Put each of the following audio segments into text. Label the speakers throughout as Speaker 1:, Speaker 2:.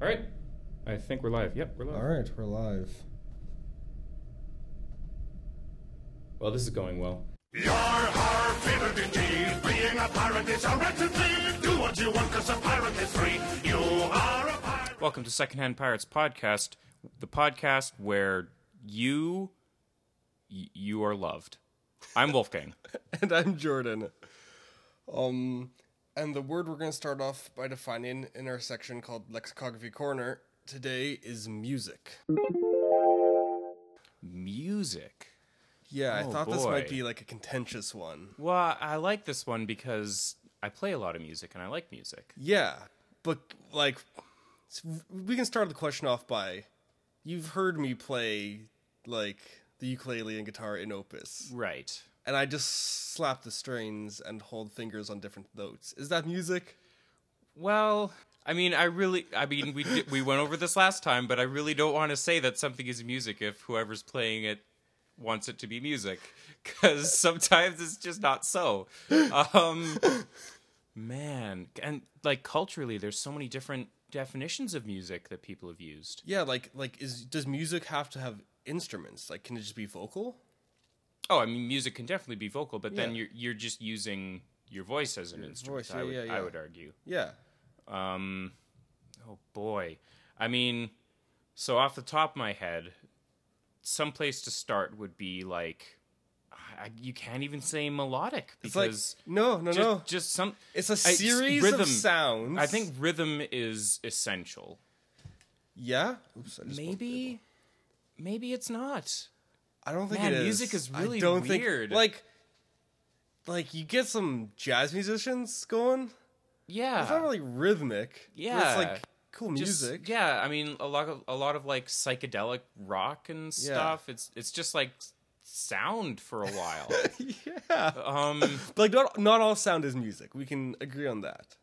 Speaker 1: All right. I think we're live. Yep, we're live.
Speaker 2: All right, we're live.
Speaker 1: Well, this is going well.
Speaker 3: You're our favorite indeed. Being a pirate is our right to be. Do what you want, cause a pirate is free. You are a pirate.
Speaker 1: Welcome to Secondhand Pirates Podcast, the podcast where you y- you are loved. I'm Wolfgang.
Speaker 2: And I'm Jordan. Um, and the word we're going to start off by defining in our section called Lexicography Corner today is music.
Speaker 1: Music.
Speaker 2: Yeah, I
Speaker 1: Oh,
Speaker 2: thought this might
Speaker 1: boy.
Speaker 2: be like a contentious one.
Speaker 1: Well, I like this one because I play a lot of music and I like music.
Speaker 2: Yeah, but like, s- we can start the question off by you've heard me play like the ukulele and guitar in Opus,
Speaker 1: Right.
Speaker 2: and I just slap the strings and hold fingers on different notes. Is that music?
Speaker 1: Well, I mean, I really, I mean, we di- we went over this last time, but I really don't want to say that something is music if whoever's playing it wants it to be music, because sometimes it's just not so. Um, man, and like culturally, there's so many different definitions of music that people have used.
Speaker 2: Yeah, like like is does music have to have instruments? Like can it just be vocal?
Speaker 1: Oh, I mean, music can definitely be vocal, but then
Speaker 2: Yeah.
Speaker 1: you're you're just using your voice as an instrument.
Speaker 2: voice,
Speaker 1: I
Speaker 2: yeah,
Speaker 1: would,
Speaker 2: yeah,
Speaker 1: I
Speaker 2: yeah.
Speaker 1: would argue.
Speaker 2: Yeah.
Speaker 1: Um, oh boy. I mean, so off the top of my head, some place to start would be like, I, you can't even say melodic
Speaker 2: It's like
Speaker 1: because
Speaker 2: no, no,
Speaker 1: just,
Speaker 2: no.
Speaker 1: just some
Speaker 2: It's a
Speaker 1: I- s-
Speaker 2: series
Speaker 1: rhythm.
Speaker 2: of sounds.
Speaker 1: I think rhythm is essential.
Speaker 2: Yeah. Oops. I just bumped it.
Speaker 1: Maybe, maybe it's not.
Speaker 2: I don't think
Speaker 1: Man,
Speaker 2: it is.
Speaker 1: music is really
Speaker 2: I don't
Speaker 1: weird.
Speaker 2: Think, like, like you get some jazz musicians going.
Speaker 1: Yeah,
Speaker 2: It's not really rhythmic. but
Speaker 1: Yeah.
Speaker 2: It's like cool
Speaker 1: Just-
Speaker 2: music.
Speaker 1: yeah, I mean a lot of a lot of like psychedelic rock and stuff. It's it's just like sound for a while.
Speaker 2: yeah.
Speaker 1: um,
Speaker 2: But like not not all sound is music. We can agree on that.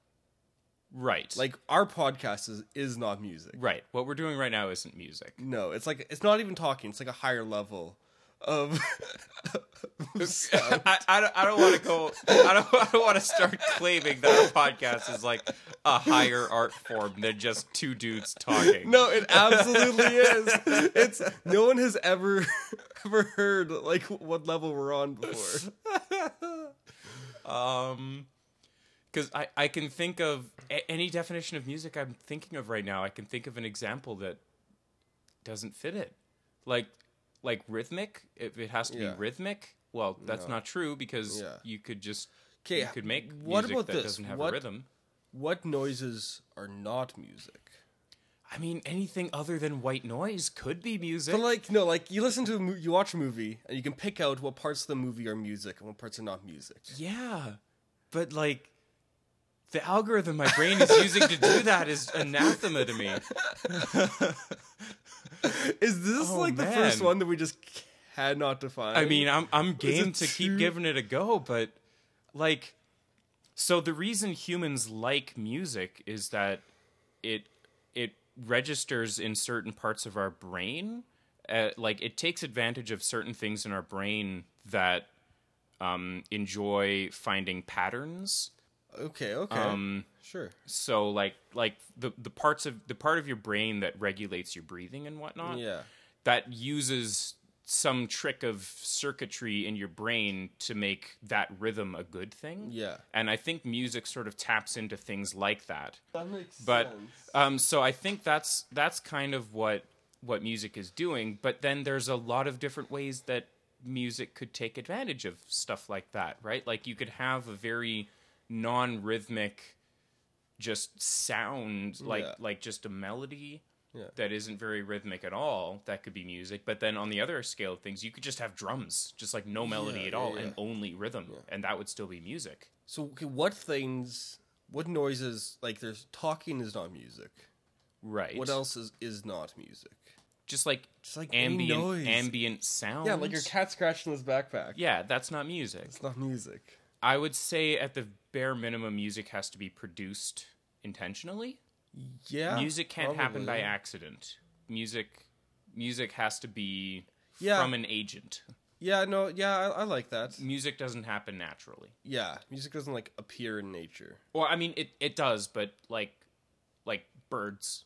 Speaker 1: right.
Speaker 2: Like our podcast is is not music.
Speaker 1: Right. What we're doing right now isn't music.
Speaker 2: No, it's like it's not even talking. It's like a higher level of.
Speaker 1: I, I don't, I don't want to go. I don't, I don't want to start claiming that our podcast is like a higher art form than just two dudes talking.
Speaker 2: no, it absolutely is. It's no one has ever ever heard like what level we're on before.
Speaker 1: Um, because I, I can think of a- any definition of music I'm thinking of right now. I can think of an example that doesn't fit it. Like, like rhythmic. If it has to
Speaker 2: Yeah.
Speaker 1: be rhythmic, well, that's not true because
Speaker 2: Yeah.
Speaker 1: you could just.
Speaker 2: 'Kay,
Speaker 1: You could make
Speaker 2: what
Speaker 1: music
Speaker 2: about
Speaker 1: that
Speaker 2: this?
Speaker 1: doesn't have
Speaker 2: What-
Speaker 1: a rhythm.
Speaker 2: What noises are not music?
Speaker 1: I mean, anything other than white noise could be music.
Speaker 2: But like no, like you listen to a mo- you watch a movie and you can pick out what parts of the movie are music and what parts are not music.
Speaker 1: yeah, but like the algorithm my brain is using to do that is anathema to me.
Speaker 2: Is this
Speaker 1: Oh,
Speaker 2: like the first
Speaker 1: man.
Speaker 2: one that we just cannot define?
Speaker 1: I mean, I'm I'm game
Speaker 2: it
Speaker 1: to
Speaker 2: too-
Speaker 1: keep giving it a go, but like, so the reason humans like music is that it it registers in certain parts of our brain, uh, like it takes advantage of certain things in our brain that um, enjoy finding patterns.
Speaker 2: okay, okay,
Speaker 1: Um,
Speaker 2: sure.
Speaker 1: so like like the the parts of the part of your brain that regulates your breathing and whatnot
Speaker 2: Yeah.
Speaker 1: that uses some trick of circuitry in your brain to make that rhythm a good thing
Speaker 2: Yeah.
Speaker 1: and i think music sort of taps into things like that
Speaker 2: That makes
Speaker 1: but um, so I think that's that's kind of what what music is doing. But then there's a lot of different ways that music could take advantage of stuff like that, right? Like you could have a very non-rhythmic, just sound like
Speaker 2: Yeah.
Speaker 1: like just a melody.
Speaker 2: Yeah.
Speaker 1: That isn't very rhythmic at all. That could be music, but then on the other scale of things, you could just have drums, just like no melody
Speaker 2: Yeah,
Speaker 1: at all,
Speaker 2: yeah,
Speaker 1: and only rhythm, and that would still be music.
Speaker 2: So okay, what things, what noises, like there's talking is not music.
Speaker 1: Right.
Speaker 2: What else is, is not music?
Speaker 1: just like
Speaker 2: Just like any
Speaker 1: ambient
Speaker 2: noise.
Speaker 1: ambient sound.
Speaker 2: Yeah, like your cat scratching his backpack.
Speaker 1: Yeah, that's not music.
Speaker 2: It's not music.
Speaker 1: I would say at the bare minimum, music has to be produced intentionally.
Speaker 2: Yeah.
Speaker 1: music can't happen by
Speaker 2: probably.
Speaker 1: accident. Music, music has to be
Speaker 2: Yeah.
Speaker 1: from an agent.
Speaker 2: Yeah, no, yeah, I, I like that.
Speaker 1: Music doesn't happen naturally.
Speaker 2: Yeah, music doesn't like appear in nature.
Speaker 1: Well, I mean, it it does, but like, like birds,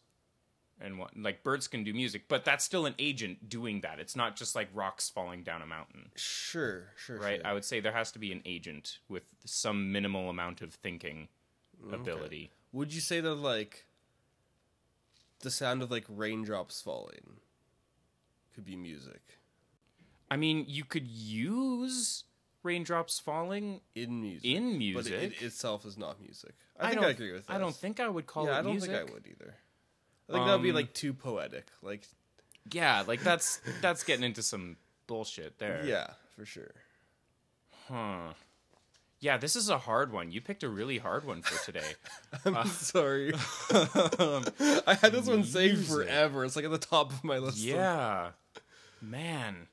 Speaker 1: and what like birds can do music, but that's still an agent doing that. It's not just like rocks falling down a mountain,
Speaker 2: Sure, sure,
Speaker 1: right?
Speaker 2: sure.
Speaker 1: I would say there has to be an agent with some minimal amount of thinking ability.
Speaker 2: Would you say that like the sound of like raindrops falling could be music
Speaker 1: I mean, you could use raindrops falling.
Speaker 2: in music?
Speaker 1: In
Speaker 2: but it-
Speaker 1: music?
Speaker 2: it, itself is not music. I, think
Speaker 1: don't,
Speaker 2: I agree with. This.
Speaker 1: I don't think I would call
Speaker 2: Yeah,
Speaker 1: it
Speaker 2: I don't
Speaker 1: music.
Speaker 2: think I would either. I think that would be
Speaker 1: Um,
Speaker 2: like too poetic. Like,
Speaker 1: Yeah, like that's that's getting into some bullshit there.
Speaker 2: yeah, for sure.
Speaker 1: Huh. Yeah, this is a hard one. You picked a really hard one for today.
Speaker 2: I'm
Speaker 1: Uh,
Speaker 2: sorry. I had this one saved
Speaker 1: music.
Speaker 2: forever. It's like at the top of my list. of-
Speaker 1: yeah. Man.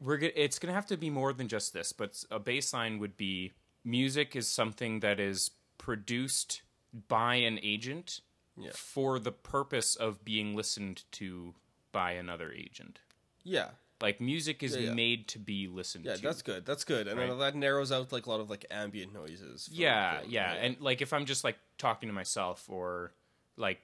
Speaker 1: We're go- it's going to have to be more than just this, but a baseline would be music is something that is produced by an agent
Speaker 2: Yeah.
Speaker 1: for the purpose of being listened to by another agent.
Speaker 2: yeah.
Speaker 1: Like music is
Speaker 2: Yeah, yeah.
Speaker 1: made to be listened
Speaker 2: Yeah,
Speaker 1: to.
Speaker 2: that's good. That's good. And then
Speaker 1: Right.
Speaker 2: that narrows out like a lot of like ambient noises. for
Speaker 1: yeah,
Speaker 2: things,
Speaker 1: yeah, and like if I'm just like talking to myself or like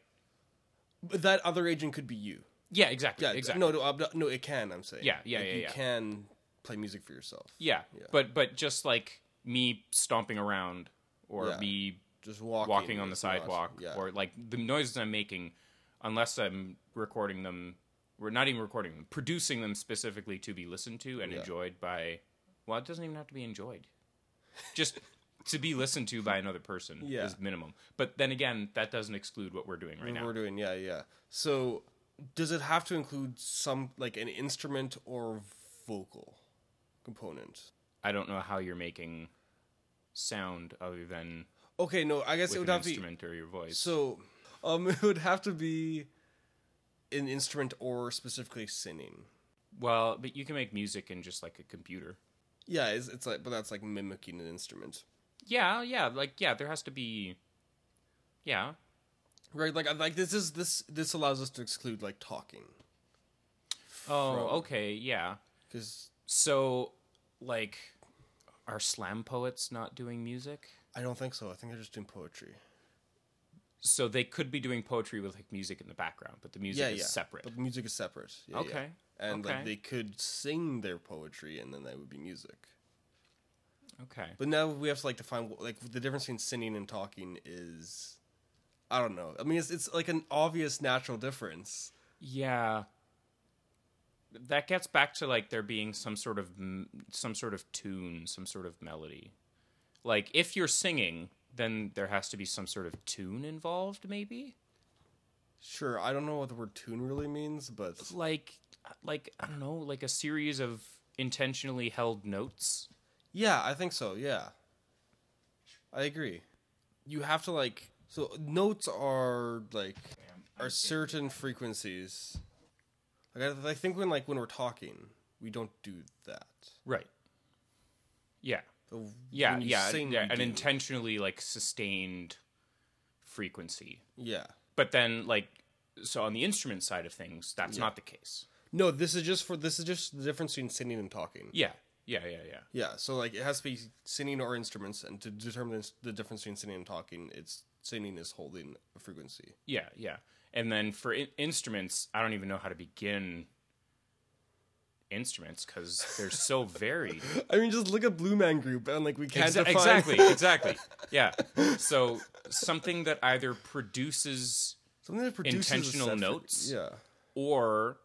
Speaker 2: But that other agent could be you.
Speaker 1: yeah, exactly,
Speaker 2: Yeah,
Speaker 1: exactly.
Speaker 2: No, no, I'm not- no, it can. I'm saying.
Speaker 1: Yeah, yeah,
Speaker 2: Like,
Speaker 1: yeah,
Speaker 2: You
Speaker 1: yeah.
Speaker 2: can play music for yourself.
Speaker 1: Yeah,
Speaker 2: Yeah.
Speaker 1: but but just like me stomping around or
Speaker 2: Yeah.
Speaker 1: me
Speaker 2: Just walking.
Speaker 1: walking on the
Speaker 2: is not-
Speaker 1: sidewalk
Speaker 2: yeah.
Speaker 1: or like the noises I'm making, unless I'm recording them, we're not even recording them, producing them specifically to be listened to and
Speaker 2: Yeah.
Speaker 1: enjoyed by. Well, it doesn't even have to be enjoyed, just to be listened to by another person
Speaker 2: Yeah.
Speaker 1: is minimum. But then again, that doesn't exclude what we're doing right now.
Speaker 2: we're doing. Yeah, yeah. So, does it have to include some like an instrument or vocal component?
Speaker 1: I don't know how you're making sound other than
Speaker 2: Okay, no, I guess
Speaker 1: with
Speaker 2: it would
Speaker 1: an
Speaker 2: have to be
Speaker 1: instrument or your voice.
Speaker 2: So, um, it would have to be an instrument or specifically singing.
Speaker 1: well, but you can make music in just like a computer.
Speaker 2: Yeah, it's, it's like, but that's like mimicking an instrument,
Speaker 1: Yeah, yeah, like yeah, there has to be. Yeah,
Speaker 2: right? Like, I- like this is this this allows us to exclude like talking
Speaker 1: Oh,
Speaker 2: from-
Speaker 1: okay, yeah.
Speaker 2: because
Speaker 1: So, like, are slam poets not doing music?
Speaker 2: I don't think so. I think they're just doing poetry.
Speaker 1: So they could be doing poetry with like music in the background, but the music
Speaker 2: yeah,
Speaker 1: is
Speaker 2: yeah.
Speaker 1: separate.
Speaker 2: But the music is separate. Yeah, yeah.
Speaker 1: Okay,
Speaker 2: And
Speaker 1: okay.
Speaker 2: like they could sing their poetry, and then that would be music.
Speaker 1: okay.
Speaker 2: But now we have to like define what- like the difference between singing and talking is, I don't know. I mean, it's it's like an obvious natural difference.
Speaker 1: yeah. That gets back to like there being some sort of m- some sort of tune, some sort of melody. Like if you're singing, then there has to be some sort of tune involved maybe.
Speaker 2: Sure, I don't know what the word tune really means, but
Speaker 1: Like like I don't know, like a series of intentionally held notes.
Speaker 2: yeah, I think so. Yeah, I agree. You have to like so notes are like are certain frequencies. Like I, I think when like when we're talking, we don't do that.
Speaker 1: Right. Yeah.
Speaker 2: But
Speaker 1: Yeah,
Speaker 2: when you
Speaker 1: yeah,
Speaker 2: sing,
Speaker 1: yeah,
Speaker 2: we
Speaker 1: an
Speaker 2: do.
Speaker 1: intentionally like sustained frequency.
Speaker 2: yeah.
Speaker 1: But then like so on the instrument side of things, that's not the case.
Speaker 2: No, this is just for this is just the difference between singing and talking.
Speaker 1: Yeah. Yeah, yeah, yeah.
Speaker 2: Yeah, so like it has to be singing or instruments, and to determine the difference between singing and talking, it's singing is holding a frequency.
Speaker 1: Yeah, yeah. And then for in- instruments, I don't even know how to begin instruments cuz they're so varied.
Speaker 2: I mean, just look at Blue Man Group, and like we can't
Speaker 1: Exa-
Speaker 2: define
Speaker 1: exactly, exactly. Yeah. So something that either produces
Speaker 2: something that produces a
Speaker 1: Intentional
Speaker 2: set fre-
Speaker 1: notes?
Speaker 2: Yeah,
Speaker 1: or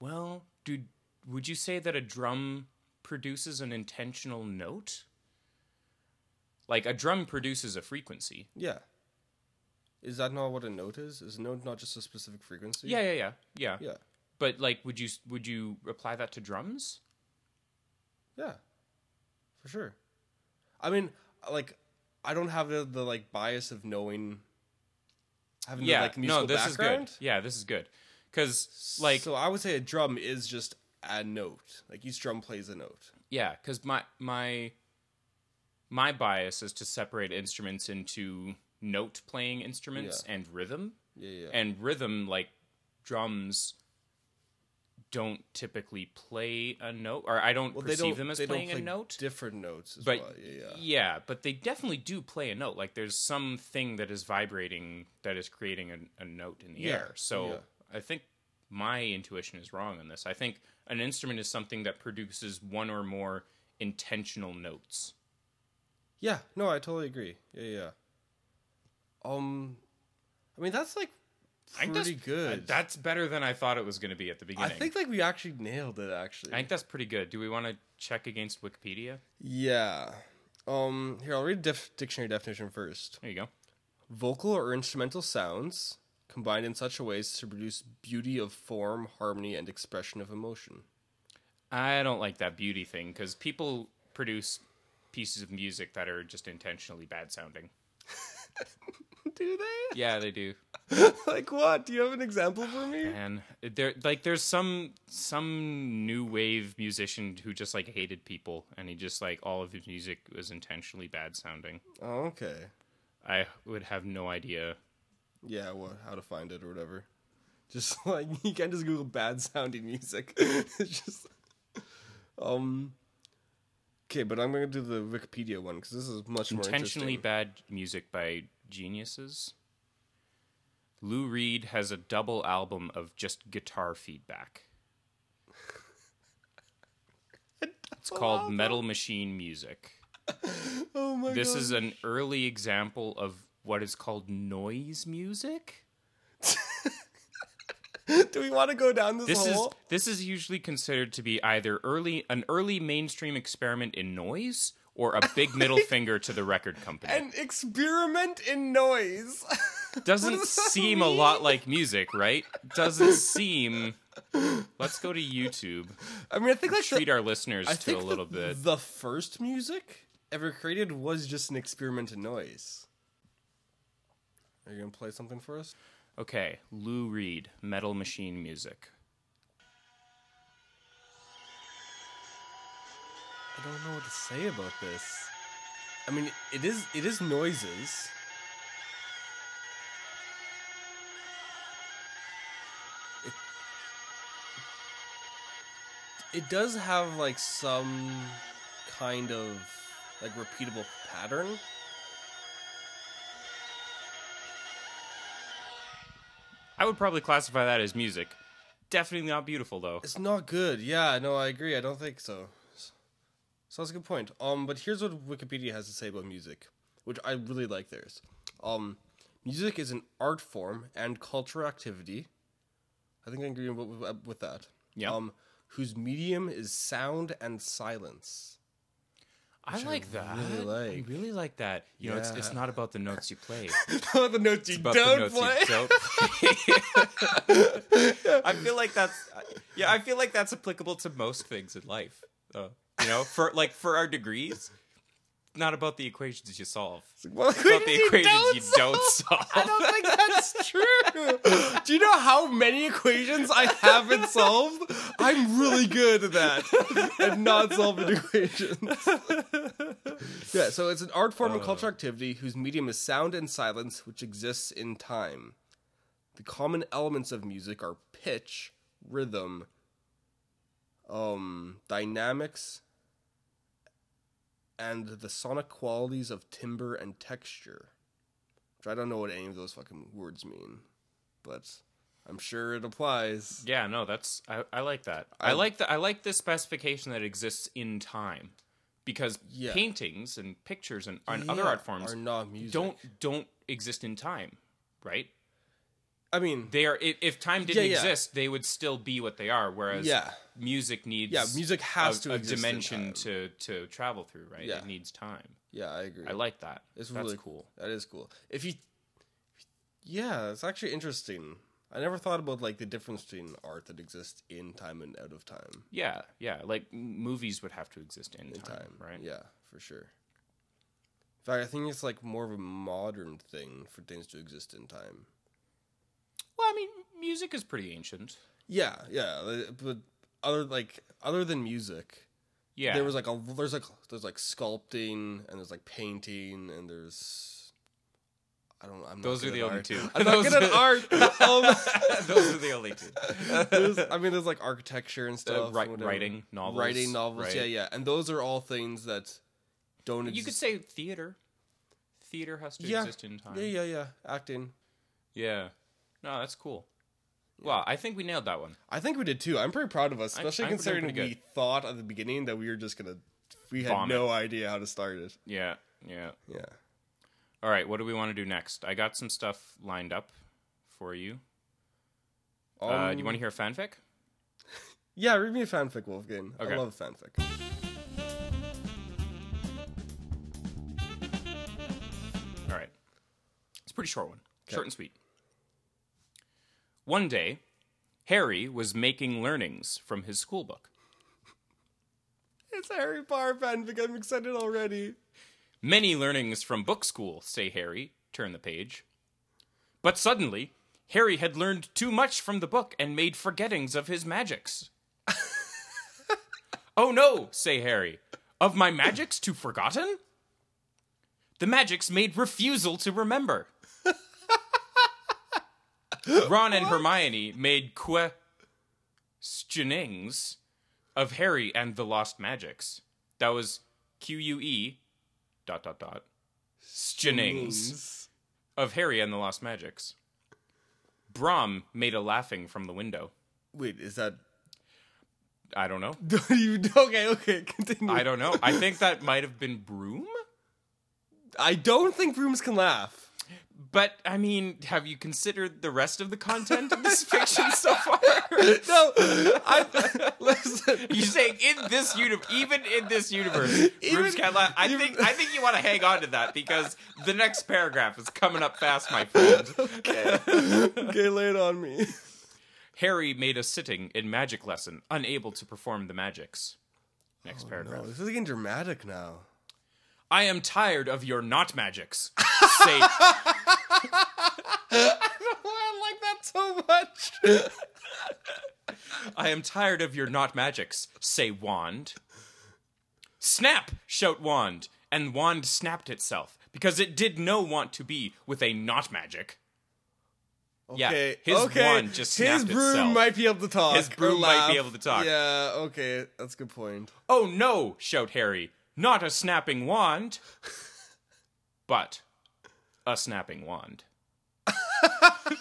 Speaker 1: well do would you say that a drum produces an intentional note like a drum produces a frequency
Speaker 2: yeah. Is that not what a note is? Is a note not just a specific frequency?
Speaker 1: yeah yeah yeah yeah,
Speaker 2: yeah,
Speaker 1: but like would you would you apply that to drums
Speaker 2: yeah, for sure. I mean, like, I don't have the, the like bias of knowing having
Speaker 1: yeah
Speaker 2: the, like musical
Speaker 1: no this
Speaker 2: background.
Speaker 1: is good yeah this is good because like
Speaker 2: so I would say a drum is just a note. Like each drum plays a note.
Speaker 1: yeah because my my my bias is to separate instruments into note playing instruments
Speaker 2: Yeah.
Speaker 1: and rhythm
Speaker 2: Yeah, yeah.
Speaker 1: and rhythm like drums don't typically play a note, or I don't
Speaker 2: Well, they
Speaker 1: perceive
Speaker 2: don't.
Speaker 1: them as
Speaker 2: they
Speaker 1: playing
Speaker 2: don't play
Speaker 1: a note.
Speaker 2: Different notes. As
Speaker 1: but
Speaker 2: well. yeah, yeah.
Speaker 1: but they definitely do play a note. Like there's some thing that is vibrating that is creating a, a note in the
Speaker 2: Yeah,
Speaker 1: air. So
Speaker 2: yeah.
Speaker 1: I think my intuition is wrong on this. I think an instrument is something that produces one or more intentional notes.
Speaker 2: Yeah, no, I totally agree. Yeah, yeah. Um, I mean that's like
Speaker 1: I think
Speaker 2: pretty
Speaker 1: that's
Speaker 2: good.
Speaker 1: uh, that's better than I thought it was going to be at the
Speaker 2: I
Speaker 1: beginning.
Speaker 2: think like we actually nailed it. Actually,
Speaker 1: I think that's pretty good. Do we want to check against Wikipedia?
Speaker 2: yeah. Um, here I'll read def- dictionary definition first.
Speaker 1: There you go.
Speaker 2: Vocal or instrumental sounds combined in such a way as to produce beauty of form, harmony, and expression of emotion.
Speaker 1: I don't like that beauty thing because people produce pieces of music that are just intentionally bad sounding.
Speaker 2: Do they?
Speaker 1: Yeah, they do.
Speaker 2: like what? Do you have an example for me?
Speaker 1: And there, like, there's some some new wave musician who just like hated people, and he just like all of his music was intentionally bad sounding.
Speaker 2: Oh, okay.
Speaker 1: I would have no idea.
Speaker 2: Yeah, well, how to find it or whatever. Just like you can't just Google bad sounding music. it's just um. Okay, but I'm gonna do the Wikipedia one because this is much more
Speaker 1: Intentionally
Speaker 2: intentionally.
Speaker 1: bad music by geniuses. Lou Reed has a double album of just guitar feedback. It's called Metal Machine Music.
Speaker 2: oh my
Speaker 1: This
Speaker 2: god!
Speaker 1: is an early example of what is called noise music.
Speaker 2: do we want to go down this,
Speaker 1: This is
Speaker 2: hole?
Speaker 1: this is usually considered to be either early an early mainstream experiment in noise or a big middle finger to the record company.
Speaker 2: An experiment in noise.
Speaker 1: Doesn't
Speaker 2: does that
Speaker 1: seem a lot like music, right? Doesn't seem Let's go to YouTube.
Speaker 2: I mean, I think like the-
Speaker 1: Treat our listeners
Speaker 2: I
Speaker 1: to
Speaker 2: think
Speaker 1: a
Speaker 2: the-
Speaker 1: little bit.
Speaker 2: The first music ever created was just an experiment in noise. Are you gonna play something for us?
Speaker 1: Okay, Lou Reed, Metal Machine Music.
Speaker 2: I don't know what to say about this. I mean, it is it is noises. It, it does have like some kind of like repeatable pattern.
Speaker 1: I would probably classify that as music. Definitely not beautiful though.
Speaker 2: It's not good. Yeah, no, I agree. I don't think so. So that's a good point. Um, but here's what Wikipedia has to say about music, which I really like theirs. Um, music is an art form and cultural activity. I think I agree with, uh, with that.
Speaker 1: Yeah.
Speaker 2: Um, whose medium is sound and silence.
Speaker 1: I like that.
Speaker 2: really like.
Speaker 1: I really like that. You know, it's it's
Speaker 2: Yeah.
Speaker 1: not about the notes you play.
Speaker 2: Not the notes you
Speaker 1: about
Speaker 2: don't
Speaker 1: the notes
Speaker 2: play.
Speaker 1: you don't I feel like that's yeah, I feel like that's applicable to most things in life. though. you know, for like for our degrees, not about the equations you solve. It's
Speaker 2: Well,
Speaker 1: about the equations you don't solve.
Speaker 2: I don't think that's true. Do you know how many equations I haven't solved? I'm really good at that. At not solving equations. yeah, so it's an art form of cultural activity whose medium is sound and silence, which exists in time. The common elements of music are pitch, rhythm, um, dynamics, and the sonic qualities of timbre and texture. Which I don't know what any of those fucking words mean, but I'm sure it applies.
Speaker 1: Yeah, no, that's I, I like that. I, like the I like the specification that exists in time. Because
Speaker 2: Yeah.
Speaker 1: paintings and pictures and, and other
Speaker 2: Yeah,
Speaker 1: art forms
Speaker 2: are not music.
Speaker 1: don't don't exist in time, right?
Speaker 2: I mean
Speaker 1: They are. If, if time didn't
Speaker 2: Yeah, yeah.
Speaker 1: exist, they would still be what they are. Whereas
Speaker 2: Yeah.
Speaker 1: music needs
Speaker 2: Yeah, music has
Speaker 1: a,
Speaker 2: to
Speaker 1: a
Speaker 2: exist in
Speaker 1: dimension
Speaker 2: time.
Speaker 1: to to travel through. Right,
Speaker 2: Yeah.
Speaker 1: it needs time.
Speaker 2: yeah, I agree.
Speaker 1: I like that.
Speaker 2: it's
Speaker 1: That's
Speaker 2: really
Speaker 1: cool.
Speaker 2: That is cool. If you Yeah, it's actually interesting. I never thought about like the difference between art that exists in time and out of time.
Speaker 1: Yeah, yeah. Like m- movies would have to exist in, time,
Speaker 2: time,
Speaker 1: right?
Speaker 2: Yeah, for sure. In fact, I think it's like more of a modern thing for things to exist in time.
Speaker 1: Well, I mean, music is pretty ancient.
Speaker 2: Yeah, yeah, li- but other like other than music,
Speaker 1: Yeah,
Speaker 2: there was like a there's like there's like sculpting and there's like painting and there's I don't. I'm
Speaker 1: Those
Speaker 2: not
Speaker 1: are
Speaker 2: good
Speaker 1: the
Speaker 2: at
Speaker 1: only
Speaker 2: art.
Speaker 1: two.
Speaker 2: I'm not
Speaker 1: Those
Speaker 2: good at
Speaker 1: are-
Speaker 2: art. Um,
Speaker 1: Those are the only two.
Speaker 2: there's- I mean, there's like architecture and stuff.
Speaker 1: wri-
Speaker 2: and whatever.
Speaker 1: Uh, writing novels,
Speaker 2: Writing novels.
Speaker 1: right.
Speaker 2: Yeah, yeah. And those are all things that don't exist.
Speaker 1: You could say theater. Theater has to
Speaker 2: yeah.
Speaker 1: exist in time.
Speaker 2: Yeah, yeah, yeah. Acting.
Speaker 1: Yeah. No, that's cool. Well, I think we nailed that one.
Speaker 2: I think we did too. I'm pretty proud of us,
Speaker 1: I-
Speaker 2: especially
Speaker 1: I'm doing
Speaker 2: considering
Speaker 1: pretty
Speaker 2: we thought at the beginning that we were just gonna. We had
Speaker 1: Vomit.
Speaker 2: no idea how to start it.
Speaker 1: Yeah. Yeah.
Speaker 2: Yeah.
Speaker 1: All right, what do we want to do next? I got some stuff lined up for you. uh, do you want to hear a fanfic?
Speaker 2: Um, Yeah, read me a fanfic, Wolfgang.
Speaker 1: Okay.
Speaker 2: I love fanfic.
Speaker 1: All right. It's a pretty short one. Short and sweet. One day, Harry was making learnings from his school book.
Speaker 2: It's a Harry Potter fanfic. I'm excited already.
Speaker 1: Many learnings from book school, say Harry, turn the page. But suddenly, Harry had learned too much from the book and made forgettings of his magics. oh no, say Harry, of my magics to forgotten? The magics made refusal to remember. Ron and Hermione made questionings of Harry and the lost magics. That was Q U E dot dot dot Stinnings of Harry and the Lost Magics. Brom made a laughing from the window.
Speaker 2: Wait, is that?
Speaker 1: I don't know.
Speaker 2: Don't you? Okay, okay. Continue.
Speaker 1: I don't know. I think that might have been Broom.
Speaker 2: I don't think rooms can laugh.
Speaker 1: But I mean, have you considered the rest of the content of this fiction so far?
Speaker 2: No, I listen.
Speaker 1: You're saying in this universe, even in this universe,
Speaker 2: Even-
Speaker 1: Broom's can't laugh. I
Speaker 2: even-
Speaker 1: think I think you want to hang on to that because the next paragraph is coming up fast, my friend.
Speaker 2: Okay, lay it on me.
Speaker 1: Harry made a sitting in magic lesson, unable to perform the magics. Next paragraph.
Speaker 2: this is getting dramatic now.
Speaker 1: I am tired of your not magics. Say,
Speaker 2: I like that so much.
Speaker 1: I am tired of your not magics. Say wand. Snap! Shout wand, and wand snapped itself because it did no want to be with a not magic.
Speaker 2: Okay,
Speaker 1: yeah, his
Speaker 2: okay.
Speaker 1: wand just
Speaker 2: his
Speaker 1: snapped
Speaker 2: broom
Speaker 1: itself.
Speaker 2: might be able to talk.
Speaker 1: His
Speaker 2: or
Speaker 1: broom might be
Speaker 2: laugh.
Speaker 1: able to talk.
Speaker 2: Yeah, okay, that's a good point.
Speaker 1: Oh no! Shout Harry. Not a snapping wand, but a snapping wand.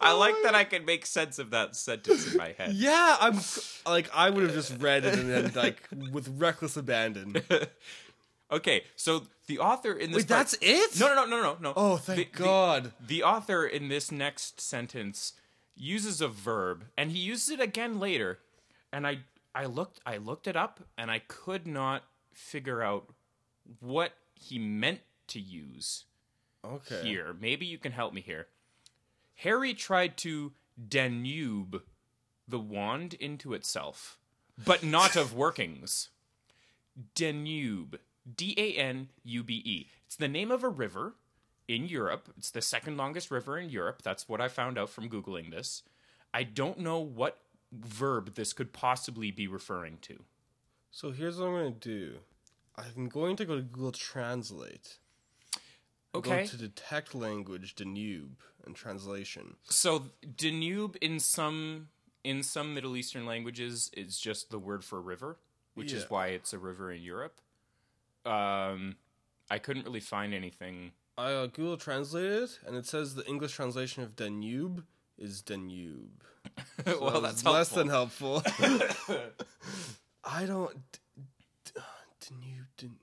Speaker 1: I like that I can make sense of that sentence in my head.
Speaker 2: Yeah, I'm like I would have just read it and then like with reckless abandon.
Speaker 1: Okay, so the author in this
Speaker 2: Wait, that's it?
Speaker 1: No, no, no, no, no, no.
Speaker 2: Oh, thank
Speaker 1: The- the-
Speaker 2: God.
Speaker 1: the author in this next sentence uses a verb and he uses it again later and i i looked i looked it up and i could not figure out what he meant to use
Speaker 2: okay.
Speaker 1: here maybe you can help me here harry tried to danube the wand into itself but not of workings danube d-a-n-u-b-e E. it's the name of a river in Europe. It's the second longest river in Europe. That's what I found out from Googling this. I don't know what verb this could possibly be referring to.
Speaker 2: So here's what I'm gonna do. I'm going to go to Google Translate.
Speaker 1: Okay.
Speaker 2: Go to detect language, Danube, and translation.
Speaker 1: So Danube in some in some Middle Eastern languages is just the word for river, which
Speaker 2: Yeah.
Speaker 1: is why it's a river in Europe. Um I couldn't really find anything.
Speaker 2: I uh, Google Translate it, and it says the English translation of Danube is Danube.
Speaker 1: well,
Speaker 2: That
Speaker 1: that's
Speaker 2: was less
Speaker 1: helpful.
Speaker 2: than helpful. I don't. D- d- Danube. Dan-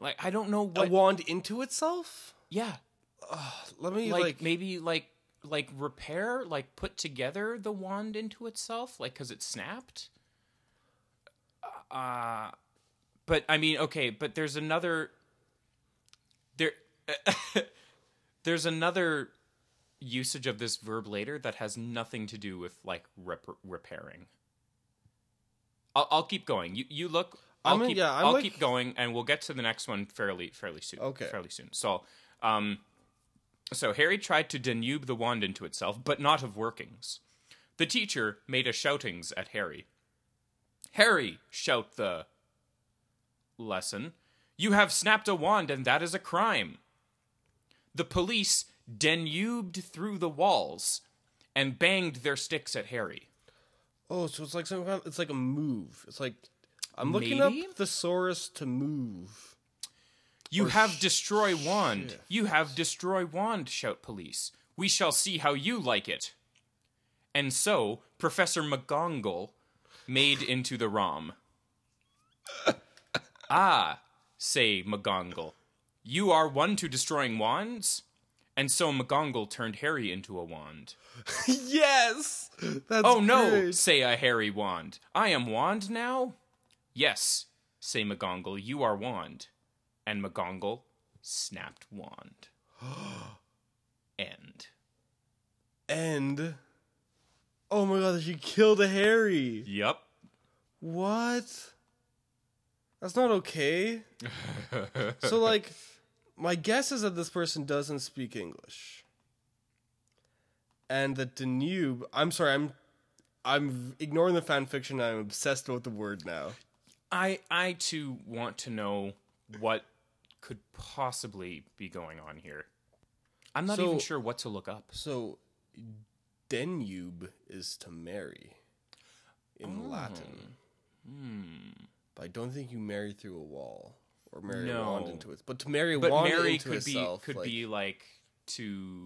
Speaker 1: like I don't know
Speaker 2: a
Speaker 1: what
Speaker 2: wand into itself?
Speaker 1: Yeah,
Speaker 2: Let me
Speaker 1: like,
Speaker 2: like.
Speaker 1: maybe like like repair like put together the wand into itself like because it snapped uh but i mean okay but there's another there there's another usage of this verb later that has nothing to do with like rep- repairing I'll, I'll keep going you you look
Speaker 2: I'm
Speaker 1: i'll
Speaker 2: in-
Speaker 1: keep
Speaker 2: yeah, I'm
Speaker 1: i'll
Speaker 2: like-
Speaker 1: keep going and we'll get to the next one fairly fairly soon
Speaker 2: Okay.
Speaker 1: fairly soon so um so Harry tried to danube the wand into itself, but not of workings. The teacher made a shoutings at Harry. Harry, shout the lesson, You have snapped a wand, and that is a crime. The police denubed through the walls and banged their sticks at Harry.
Speaker 2: Oh, so it's like some kind of, it's like a move. It's like I'm looking up
Speaker 1: Maybe?
Speaker 2: thesaurus to move.
Speaker 1: You have destroy wand. You have destroy wand, shout police. We shall see how you like it. And so, Professor McGonagall made into the ROM. ah, say McGonagall, you are one to destroying wands? And so McGonagall turned Harry into a wand.
Speaker 2: yes. That's
Speaker 1: Oh no,
Speaker 2: great.
Speaker 1: say a hairy wand. I am wand now? Yes, say McGongle, you are wand. And McGongle snapped wand. End.
Speaker 2: And oh my god, she killed a Harry.
Speaker 1: Yep.
Speaker 2: What? That's not okay. so like my guess is that this person doesn't speak English. And that Danube I'm sorry, I'm I'm ignoring the fan fiction. I'm obsessed with the word now.
Speaker 1: I I too want to know what could possibly be going on here. I'm not
Speaker 2: So-
Speaker 1: even sure what to look up.
Speaker 2: So Danube is to marry
Speaker 1: Oh.
Speaker 2: in Latin. Hmm. But I don't think you marry through a wall or marry a wand
Speaker 1: No.
Speaker 2: into it. But to marry a
Speaker 1: But
Speaker 2: wand
Speaker 1: Mary
Speaker 2: into
Speaker 1: could
Speaker 2: itself,
Speaker 1: be could
Speaker 2: like,
Speaker 1: be like to